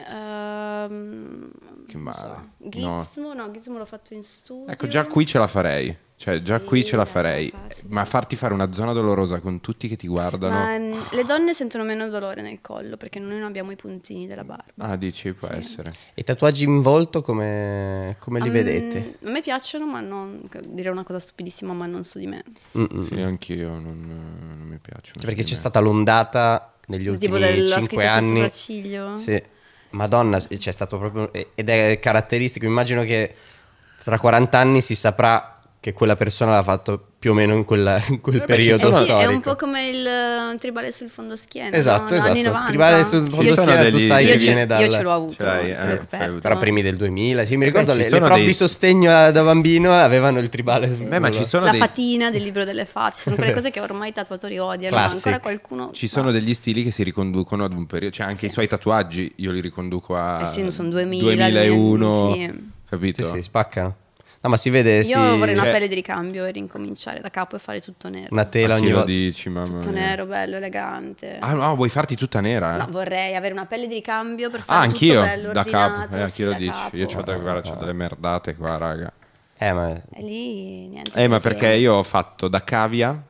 Speaker 1: ehm,
Speaker 2: che
Speaker 1: non so,
Speaker 2: male. No.
Speaker 1: Gizmo, no. Gizmo l'ho fatto in studio.
Speaker 2: Ecco, già qui ce la farei. Cioè, già
Speaker 1: Sì,
Speaker 2: qui ce la
Speaker 1: eh,
Speaker 2: farei.
Speaker 1: facile.
Speaker 2: Ma farti fare una zona dolorosa con tutti che ti guardano.
Speaker 1: Ma, ehm, le donne sentono meno dolore nel collo perché noi non abbiamo i puntini della barba.
Speaker 2: Ah, dici, può
Speaker 1: Sì.
Speaker 2: essere.
Speaker 3: E i tatuaggi in volto come, come Ah, li
Speaker 1: Mm,
Speaker 3: vedete?
Speaker 1: A me piacciono, ma non. Direi una cosa stupidissima, ma non su di me.
Speaker 3: Mm-mm.
Speaker 2: Sì, anch'io non, non mi piacciono.
Speaker 3: Cioè, Perché c'è
Speaker 2: secondo
Speaker 3: stata l'ondata negli
Speaker 1: tipo
Speaker 3: ultimi
Speaker 1: della
Speaker 3: cinque
Speaker 1: scritta sul
Speaker 3: anni.
Speaker 1: sopracciglio.
Speaker 3: Sì. Madonna, c'è stato proprio. Ed è caratteristico. Immagino che tra 40 anni si saprà che quella persona l'ha fatto più o meno in, quella- in quel
Speaker 2: Eh beh,
Speaker 1: Eh
Speaker 2: ci
Speaker 3: periodo
Speaker 2: sono-
Speaker 1: sì,
Speaker 3: storico.
Speaker 1: è un po' come il eh, tribale sul fondoschiena.
Speaker 3: Esatto,
Speaker 1: no? Anni
Speaker 3: esatto.
Speaker 1: 90.
Speaker 3: Tribale sul
Speaker 1: Ci
Speaker 2: sono
Speaker 3: fondoschiena, tu
Speaker 2: degli-
Speaker 3: sai
Speaker 1: Io,
Speaker 3: che
Speaker 2: Io
Speaker 1: ce,
Speaker 3: viene
Speaker 1: io
Speaker 3: dal...
Speaker 1: ce l'ho avuto,
Speaker 2: ce l'hai,
Speaker 1: ce l'ho
Speaker 2: eh, ce l'hai
Speaker 1: coperto.
Speaker 2: avuto.
Speaker 3: Tra primi del 2000, sì, mi ricordo
Speaker 2: ci
Speaker 3: le, le
Speaker 2: sono
Speaker 3: prof
Speaker 2: dei-
Speaker 3: di sostegno eh, da bambino avevano il tribale.
Speaker 2: me.
Speaker 3: sul
Speaker 2: Beh, ma ci
Speaker 3: culo.
Speaker 2: sono
Speaker 1: la
Speaker 2: dei-
Speaker 1: fatina del libro delle facce, sono quelle cose che ormai i tatuatori odiano, ma
Speaker 3: Classic.
Speaker 1: ancora qualcuno...
Speaker 2: Ci sono degli stili che si riconducono ad un periodo, cioè anche i suoi tatuaggi io li riconduco a
Speaker 1: Eh sì, sono 2000,
Speaker 2: 2001,
Speaker 1: sì.
Speaker 2: capito?
Speaker 3: Sì, sì, spaccano. No, ma si vede.
Speaker 1: Io
Speaker 3: si-
Speaker 1: vorrei una
Speaker 2: cioè-
Speaker 1: pelle di ricambio e ricominciare da capo e fare tutto nero.
Speaker 3: una
Speaker 2: Ma
Speaker 3: tela
Speaker 2: chi
Speaker 3: ogni
Speaker 2: lo
Speaker 3: volta.
Speaker 2: dici, mamma
Speaker 1: tutto
Speaker 2: mia?
Speaker 1: nero, bello, elegante.
Speaker 2: Ah, no, vuoi farti tutta nera? eh?
Speaker 1: No, vorrei avere una pelle di ricambio per
Speaker 2: ah,
Speaker 1: fare tutto
Speaker 2: anch'io,
Speaker 1: bello,
Speaker 2: da
Speaker 1: ordinato,
Speaker 2: capo, eh,
Speaker 1: sì,
Speaker 2: anch'io lo
Speaker 1: da
Speaker 2: dici. Io
Speaker 1: capo.
Speaker 2: c'ho, da, guarda, c'ho delle merdate qua, raga.
Speaker 3: Eh, ma
Speaker 1: E lì niente.
Speaker 2: Eh, ma
Speaker 1: così.
Speaker 2: perché io ho fatto da cavia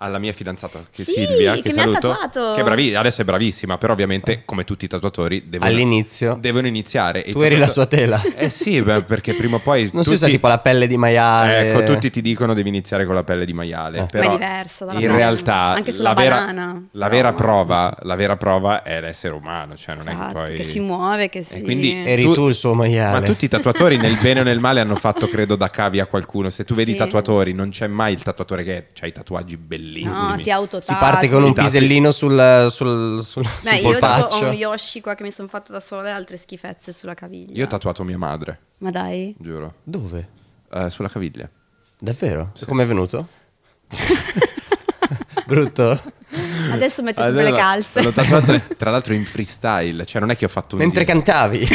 Speaker 2: alla mia fidanzata che è
Speaker 1: Sì,
Speaker 2: Silvia, che,
Speaker 1: che mi ha
Speaker 2: saluto,
Speaker 1: tatuato.
Speaker 2: che è bravi- adesso è bravissima, però ovviamente come tutti i tatuatori devono,
Speaker 3: all'inizio
Speaker 2: devono iniziare. E
Speaker 3: tu
Speaker 2: i
Speaker 3: eri la
Speaker 2: tatuato-
Speaker 3: sua tela.
Speaker 2: Eh sì, beh, perché prima o poi...
Speaker 3: Non si usa
Speaker 2: tutti-
Speaker 3: tipo la pelle di maiale.
Speaker 2: Ecco, tutti ti dicono devi iniziare con la pelle di maiale,
Speaker 3: Eh.
Speaker 2: però
Speaker 1: Ma è diverso dalla
Speaker 2: in
Speaker 1: banana.
Speaker 2: realtà
Speaker 1: Anche sulla
Speaker 2: la vera,
Speaker 1: banana.
Speaker 2: la vera
Speaker 1: No.
Speaker 2: prova, la vera prova è l'essere umano, cioè non
Speaker 1: Esatto,
Speaker 2: è che poi
Speaker 1: che si muove, che si... Eh.
Speaker 2: E quindi
Speaker 3: Eri tu il suo maiale.
Speaker 2: Ma tutti i tatuatori nel bene o nel male hanno fatto credo da cavi a qualcuno. Se tu vedi i
Speaker 1: Sì.
Speaker 2: tatuatori, non c'è mai il tatuatore che ha i tatuaggi bellissimi.
Speaker 1: No, ti autotati.
Speaker 3: Si parte con un
Speaker 2: Esatto.
Speaker 3: pisellino sul, sul, sul, sul
Speaker 1: Beh, Eh, io tipo ho
Speaker 3: polpaccio.
Speaker 1: un Yoshi qua che mi sono fatto da sola e altre schifezze sulla caviglia.
Speaker 2: Io ho tatuato mia madre,
Speaker 1: Ma dai.
Speaker 2: giuro,
Speaker 3: Dove?
Speaker 2: Eh, sulla caviglia.
Speaker 3: Davvero? Come è venuto? Brutto?
Speaker 1: Adesso metti
Speaker 2: Ah, Allora,
Speaker 1: sempre le calze.
Speaker 2: L'ho tatuato tra l'altro in freestyle, cioè non è che ho fatto un
Speaker 3: Mentre
Speaker 2: disegno.
Speaker 3: cantavi?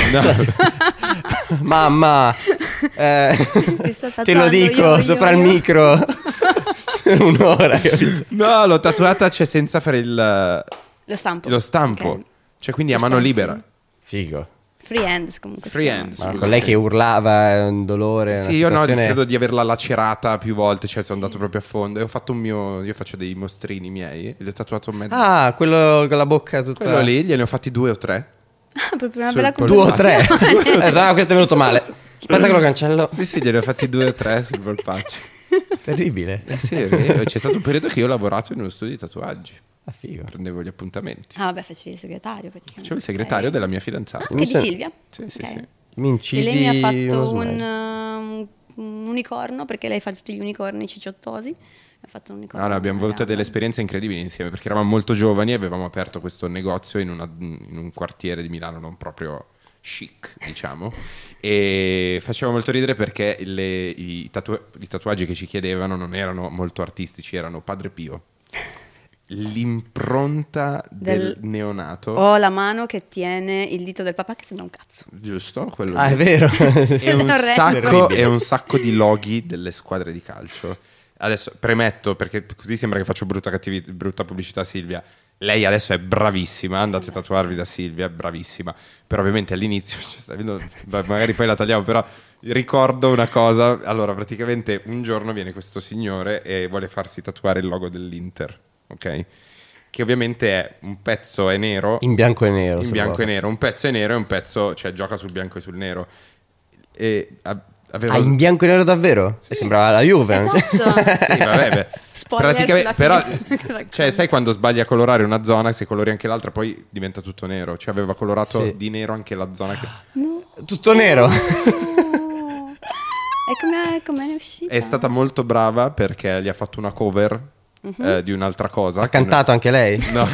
Speaker 3: Mamma, eh,
Speaker 1: Ti sto
Speaker 3: te
Speaker 1: tatuando
Speaker 3: lo dico
Speaker 1: io, io,
Speaker 3: sopra
Speaker 1: io.
Speaker 3: il micro per un'ora, capito?
Speaker 2: No, l'ho tatuata cioè senza fare il
Speaker 1: Lo stampo.
Speaker 2: lo stampo.
Speaker 1: Ok.
Speaker 2: Cioè quindi a
Speaker 1: Lo
Speaker 2: mano
Speaker 1: stencil.
Speaker 2: libera.
Speaker 3: Figo.
Speaker 1: Free hands comunque. si
Speaker 2: Free
Speaker 1: chiama.
Speaker 2: hands.
Speaker 3: Ma
Speaker 2: Scusa,
Speaker 3: con lei
Speaker 2: sì.
Speaker 3: che urlava, è un dolore. una
Speaker 2: Sì, io no,
Speaker 3: situazione-
Speaker 2: credo di averla lacerata più volte, cioè sono andato proprio a fondo e ho fatto un mio io faccio dei mostrini miei e li ho tatuato in mezzo.
Speaker 3: Ah, quello con la bocca tutta...
Speaker 2: Quello lì gliene ho fatti due o tre.
Speaker 1: Ah, proprio una
Speaker 2: Sul
Speaker 1: bella
Speaker 2: polpaccio.
Speaker 3: Due o tre.
Speaker 1: composizione.
Speaker 3: Eh, no, questo è venuto male. Aspetta che lo cancello.
Speaker 2: Sì, sì, gliene ho fatti due o tre sul polpaccio.
Speaker 3: Terribile.
Speaker 2: Eh sì, è vero. C'è stato un periodo che io ho lavorato in uno studio di tatuaggi.
Speaker 3: Ah, figo.
Speaker 2: Prendevo gli appuntamenti.
Speaker 1: Ah, vabbè, facevi il segretario praticamente.
Speaker 2: Facevo il segretario
Speaker 1: Ok.
Speaker 2: della mia fidanzata.
Speaker 1: Ah, che di
Speaker 3: Sì.
Speaker 1: Silvia?
Speaker 2: Sì, sì,
Speaker 1: Ok.
Speaker 2: sì.
Speaker 3: Mi
Speaker 1: E lei
Speaker 3: incisi
Speaker 1: mi ha
Speaker 3: uno
Speaker 1: fatto
Speaker 3: smile.
Speaker 1: un, eh, un unicorno, perché lei fa tutti gli unicorni cicciottosi. Mi Ha fatto un unicorno.
Speaker 2: Ah, No, no, abbiamo avuto delle esperienze incredibili insieme perché eravamo molto giovani e avevamo aperto questo negozio in, una- in un quartiere di Milano non proprio chic, diciamo, e faceva molto ridere perché le- i, tatu- i tatuaggi che ci chiedevano non erano molto artistici, erano Padre Pio. L'impronta del,
Speaker 1: Del- Oh.
Speaker 2: neonato,
Speaker 1: Ho la mano che tiene il dito del papà che sembra un cazzo.
Speaker 2: giusto? Quello
Speaker 3: Ah,
Speaker 2: lì.
Speaker 3: è vero.
Speaker 2: e un,
Speaker 1: Orrendo.
Speaker 2: sacco,
Speaker 3: Terribile.
Speaker 2: e un sacco di loghi delle squadre di calcio. Adesso premetto, perché così sembra che faccio brutta, cattivi- brutta pubblicità a Silvia. Lei adesso è bravissima, andate a tatuarvi da Silvia, è bravissima. Però ovviamente all'inizio, cioè, stai vedendo- beh, magari poi la tagliamo, però ricordo una cosa. Allora, praticamente un giorno viene questo signore e vuole farsi tatuare il logo dell'Inter, ok? Che ovviamente è un pezzo è nero
Speaker 3: In bianco e nero.
Speaker 2: in
Speaker 3: se
Speaker 2: bianco e
Speaker 3: vuoi.
Speaker 2: nero, un pezzo è nero e un pezzo, cioè gioca sul bianco e sul nero. E a- aveva
Speaker 3: Ah, in bianco e nero davvero? Eh, Sembrava la Juve. non c'è-
Speaker 1: Esatto.
Speaker 2: Sì, vabbè, beh.
Speaker 1: Spoiler
Speaker 2: Praticamente,
Speaker 1: sulla
Speaker 2: però,
Speaker 1: fine. Sulla
Speaker 2: cioè, sai quando sbagli a colorare una zona, se colori anche l'altra, poi diventa tutto nero. Cioè, aveva colorato
Speaker 3: Sì.
Speaker 2: di nero anche la zona che.
Speaker 3: cioè, Tutto nero.
Speaker 1: Oh. e come come ne è uscita?
Speaker 2: È stata molto
Speaker 3: Mhm.
Speaker 2: brava perché gli ha fatto una cover eh, di un'altra cosa.
Speaker 3: Ha cantato anche lei?
Speaker 2: No,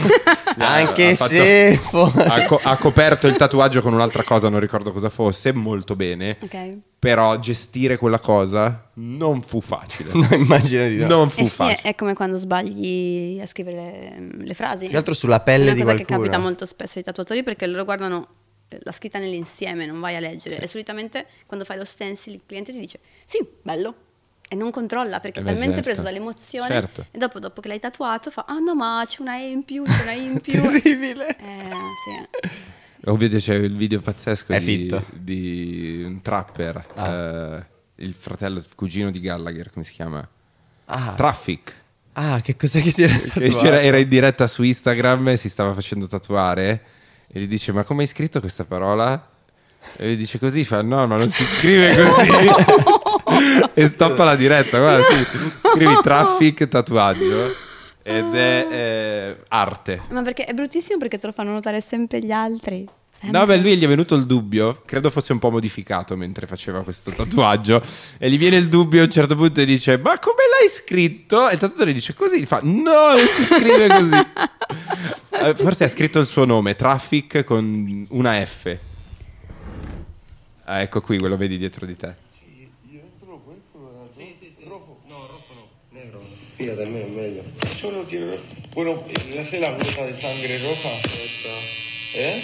Speaker 3: Anche
Speaker 2: ha fatto- Ah.
Speaker 3: se fo-
Speaker 2: ha, co- ha coperto il tatuaggio con un'altra cosa, non ricordo cosa fosse, molto bene.
Speaker 1: Ok.
Speaker 2: Però gestire quella cosa non fu facile.
Speaker 3: No, immagino di no.
Speaker 2: Non
Speaker 1: Eh
Speaker 2: fu
Speaker 1: sì, è,
Speaker 2: facile.
Speaker 1: è come quando sbagli a scrivere le, le frasi.
Speaker 3: Più che altro sulla pelle
Speaker 1: È una
Speaker 3: di
Speaker 1: cosa che
Speaker 3: qualcuno.
Speaker 1: capita molto spesso ai tatuatori perché loro guardano eh, la scritta nell'insieme, non vai a leggere. E solitamente quando fai lo stencil il cliente ti dice sì, bello. E non controlla perché
Speaker 2: Eh
Speaker 1: è
Speaker 2: beh,
Speaker 1: talmente
Speaker 2: certo.
Speaker 1: preso dall'emozione.
Speaker 2: Certo.
Speaker 1: E dopo, dopo che l'hai tatuato fa ah no ma c'è una E in più, c'è una I in più.
Speaker 3: Terribile.
Speaker 1: Eh, sì. eh.
Speaker 2: Ovvio c'è il video pazzesco
Speaker 3: È
Speaker 2: di,
Speaker 3: fitto.
Speaker 2: di un trapper, eh, il fratello, il cugino di Gallagher, come si chiama?
Speaker 3: Ah,
Speaker 2: Traffic.
Speaker 3: ah, che cos'è che si era
Speaker 2: Che
Speaker 3: tatuato?
Speaker 2: c'era- era in diretta su Instagram e si stava facendo tatuare e gli dice ma come hai scritto questa parola? E gli dice così, fa no ma non si scrive così e stoppa la diretta, guarda sì, scrivi traffic tatuaggio ed è eh, arte.
Speaker 1: Ma perché è bruttissimo perché te lo fanno notare sempre gli altri.
Speaker 2: No,
Speaker 1: sempre.
Speaker 2: beh, lui gli è venuto il dubbio, credo fosse un po' modificato mentre faceva questo tatuaggio, e gli viene il dubbio a un certo punto e dice, ma come l'hai scritto? E il tatuatore dice così, gli fa, no, non si scrive così. Eh, Forse ha scritto il suo nome, Traffic, con una F. Ah, ecco qui, quello vedi dietro di te.
Speaker 4: Fíjate, es medio. Yo no quiero. Bueno, ¿le hace la bruja de sangre roja? ¿Eh?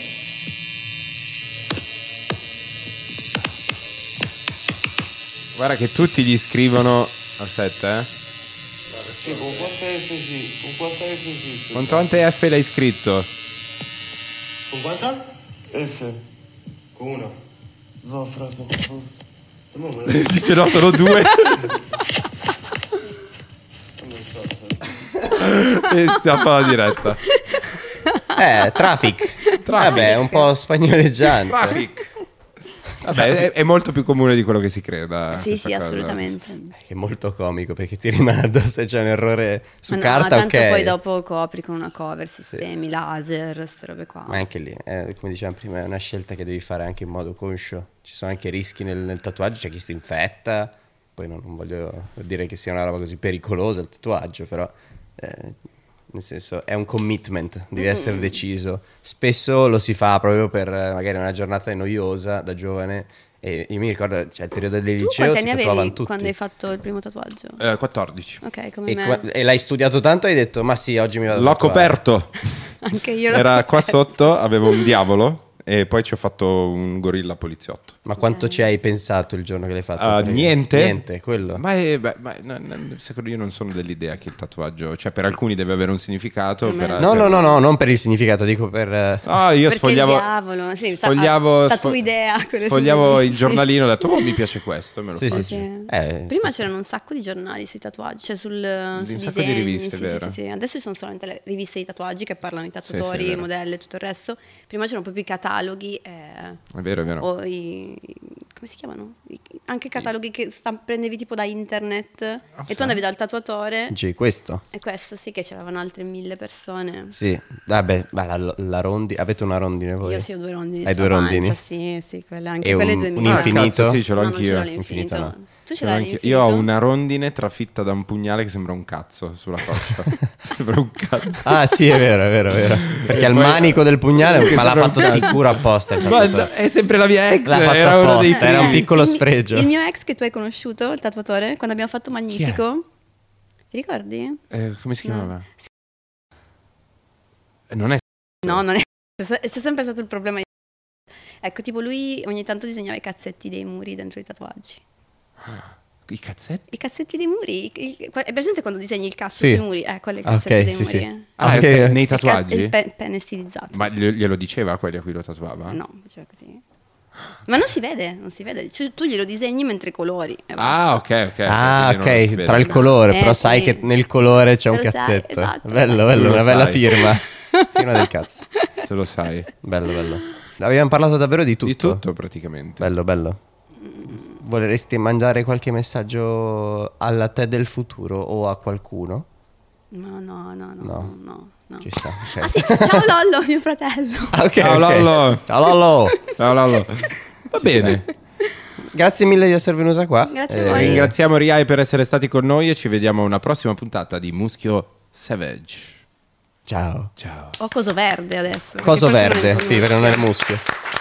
Speaker 2: Guarda che tutti gli scrivono... Aspetta, eh.
Speaker 4: Sí, ¿con cuántas veces sí? ¿Con cuántas veces sí?
Speaker 2: Con quante F l'hai scritto?
Speaker 4: ¿Con cuántas? F. ¿Con una? No, frase, por favor. No, me lo
Speaker 2: Dice no, sono due. e stoppa la diretta.
Speaker 3: Eh, traffic. Vabbè, è un po' spagnoleggiante.
Speaker 2: Traffic. Vabbè, è, è molto più comune di quello che si creda.
Speaker 1: Sì,
Speaker 2: questa
Speaker 1: sì,
Speaker 2: cosa.
Speaker 1: assolutamente.
Speaker 3: Che è molto comico perché ti rimane addosso se c'è un errore su
Speaker 1: Ma no,
Speaker 3: carta,
Speaker 1: ma tanto
Speaker 3: ok.
Speaker 1: poi dopo copri con una cover, sistemi, laser, queste robe qua.
Speaker 3: Ma anche lì, eh, come dicevamo prima, è una scelta che devi fare anche in modo conscio. Ci sono anche rischi nel, nel tatuaggio, c'è chi si infetta. Poi non, non voglio dire che sia una roba così pericolosa il tatuaggio, però eh, nel senso è un commitment, devi essere deciso. Spesso lo si fa proprio per eh, magari una giornata noiosa da giovane. E io mi ricordo, cioè, il periodo del
Speaker 1: tu
Speaker 3: liceo
Speaker 1: quanti
Speaker 3: si
Speaker 1: anni
Speaker 3: tatuavano
Speaker 1: avevi
Speaker 3: tutti.
Speaker 1: quando hai fatto il primo tatuaggio?
Speaker 2: Eh, 14.
Speaker 1: Ok, come
Speaker 3: E,
Speaker 1: me.
Speaker 3: qua- e l'hai studiato tanto e hai detto, ma sì, oggi mi vado a
Speaker 2: L'ho
Speaker 3: tatuare."
Speaker 2: coperto.
Speaker 1: Anche io l'ho
Speaker 2: Era qua
Speaker 1: fatto.
Speaker 2: sotto, avevo un diavolo e poi ci ho fatto un gorilla poliziotto.
Speaker 3: Ma quanto ci hai pensato il giorno che l'hai fatto?
Speaker 2: Ah,
Speaker 3: Perché-
Speaker 2: niente.
Speaker 3: Niente, quello.
Speaker 2: Ma, è- beh, ma no, no, secondo io non sono dell'idea che il tatuaggio, cioè per alcuni deve avere un significato.
Speaker 1: Per me
Speaker 2: Per
Speaker 1: no.
Speaker 3: No,
Speaker 2: per-
Speaker 3: no, no, no, non per il significato, dico per... eh,
Speaker 2: Ah, io
Speaker 1: Perché
Speaker 2: sfogliavo,
Speaker 1: il diavolo, sì, ta-
Speaker 2: sfogliavo,
Speaker 1: tatu idea, quello
Speaker 2: sfogliavo
Speaker 1: sì.
Speaker 2: il giornalino e ho detto, oh, mi piace questo. Me lo
Speaker 3: Sì,
Speaker 2: faccio.
Speaker 3: sì,
Speaker 1: Sì.
Speaker 3: sì. Eh,
Speaker 1: Prima
Speaker 3: sì.
Speaker 1: c'erano un sacco di giornali sui tatuaggi, cioè sul,
Speaker 2: Sì,
Speaker 1: sui
Speaker 2: un sacco di
Speaker 1: disegni,
Speaker 2: riviste,
Speaker 1: sì,
Speaker 2: vero.
Speaker 1: Sì, sì, sì. Adesso ci sono solamente le riviste di tatuaggi che parlano di
Speaker 2: sì,
Speaker 1: tatuatori,
Speaker 2: è vero.
Speaker 1: modelle e tutto il resto. Prima c'erano proprio i cataloghi. eh,
Speaker 2: È vero, è vero.
Speaker 1: o i, come si chiamano? I- anche i cataloghi che stam- prendevi tipo da internet
Speaker 3: Ah,
Speaker 1: e
Speaker 2: sì.
Speaker 1: tu andavi dal tatuatore
Speaker 3: Dici questo?
Speaker 1: e questo sì che c'erano altre mille persone.
Speaker 3: Sì. Vabbè, ma la, la rondi... Avete una rondine voi?
Speaker 1: Io sì ho due rondini.
Speaker 3: Hai
Speaker 1: sulla
Speaker 3: due rondini?
Speaker 1: pancia, Sì, sì, quelle anche
Speaker 3: E
Speaker 1: quelle
Speaker 3: un-
Speaker 1: due
Speaker 3: un
Speaker 1: mie.
Speaker 2: Ah,
Speaker 3: infinito?
Speaker 2: cazzo, sì, ce l'ho
Speaker 1: No, non ce
Speaker 2: anch'io.
Speaker 1: l'ho l'infinito.
Speaker 3: Infinito
Speaker 1: Tu ce
Speaker 2: Ce l'ho
Speaker 1: l'hai
Speaker 2: anch'io.
Speaker 1: l'infinito?
Speaker 2: Io ho una rondine trafitta da un pugnale che sembra un cazzo sulla coscia. sembra un cazzo.
Speaker 3: Ah sì, è vero, è vero, è vero. Perché
Speaker 2: E
Speaker 3: al
Speaker 2: poi-
Speaker 3: manico del pugnale,
Speaker 2: Che
Speaker 3: ma l'ha
Speaker 2: sembra un
Speaker 3: fatto
Speaker 2: cazzo.
Speaker 3: sicuro apposta. il
Speaker 2: Ma
Speaker 3: tatuatore.
Speaker 2: no, è sempre la mia ex.
Speaker 3: L'ha fatto
Speaker 2: Era uno dei
Speaker 3: apposta, era un
Speaker 2: primi.
Speaker 3: piccolo
Speaker 1: il mi-
Speaker 3: sfregio.
Speaker 1: Il mio ex che tu hai conosciuto, il tatuatore, quando abbiamo fatto Magnifico. Ti ricordi?
Speaker 2: Eh, come si chiamava? Eh, Non è.
Speaker 1: No, non è. C'è sempre stato il problema. di- Ecco, tipo lui ogni tanto disegnava i cazzetti dei muri dentro i tatuaggi.
Speaker 2: I cazzetti?
Speaker 1: I cazzetti dei muri? il- il- È presente quando disegni il cazzo
Speaker 3: Sì.
Speaker 1: sui muri? Eh, quello è il
Speaker 3: Ah,
Speaker 1: cazzetto
Speaker 3: ok,
Speaker 1: dei
Speaker 3: sì,
Speaker 1: muri.
Speaker 3: sì.
Speaker 1: eh. Il
Speaker 2: Ah,
Speaker 3: Ok.
Speaker 2: ok, nei
Speaker 1: ca-
Speaker 2: tatuaggi?
Speaker 1: Il pe- penne stilizzato.
Speaker 2: Ma gli- glielo diceva a quelli a cui lo
Speaker 3: Eh?
Speaker 2: tatuava?
Speaker 1: No, faceva così. Ma non si vede, non si vede. Cioè, tu glielo disegni mentre colori. eh, va.
Speaker 2: Ah, ok, ok.
Speaker 3: Ah,
Speaker 2: quindi non lo si
Speaker 3: ok,
Speaker 2: vede.
Speaker 3: tra il colore,
Speaker 1: Eh,
Speaker 3: però sai
Speaker 1: sì.
Speaker 3: che nel colore c'è un
Speaker 1: Lo sai,
Speaker 3: cazzetto.
Speaker 1: esatto.
Speaker 3: bello,
Speaker 2: Tu
Speaker 3: bello,
Speaker 2: lo
Speaker 3: una bella
Speaker 2: sai.
Speaker 3: firma. firma del cazzo.
Speaker 2: Se lo sai.
Speaker 3: Bello, bello. Abbiamo parlato davvero di tutto.
Speaker 2: Di tutto praticamente.
Speaker 3: Bello, bello. Voleresti mandare qualche messaggio alla te del futuro o a qualcuno?
Speaker 1: No, no, no, no,
Speaker 3: No.
Speaker 1: no, no, no.
Speaker 3: Ci sta. ok.
Speaker 1: Ah sì, ciao Lollo, mio fratello.
Speaker 3: Ah, ok,
Speaker 2: Ciao,
Speaker 3: ok.
Speaker 2: Lollo.
Speaker 3: Ciao Lollo.
Speaker 2: No, no, no. Va bene.
Speaker 3: Grazie mille di essere venuta qua.
Speaker 1: Grazie a
Speaker 3: Eh,
Speaker 1: voi.
Speaker 2: Ringraziamo Riai per essere stati con noi e ci vediamo a una prossima puntata di Muschio Savage.
Speaker 3: Ciao.
Speaker 2: Ciao.
Speaker 1: Ho coso verde adesso.
Speaker 3: Coso
Speaker 1: perché poi sono
Speaker 3: verde,
Speaker 1: venuto
Speaker 3: sì,
Speaker 1: con-
Speaker 3: perché non è il muschio.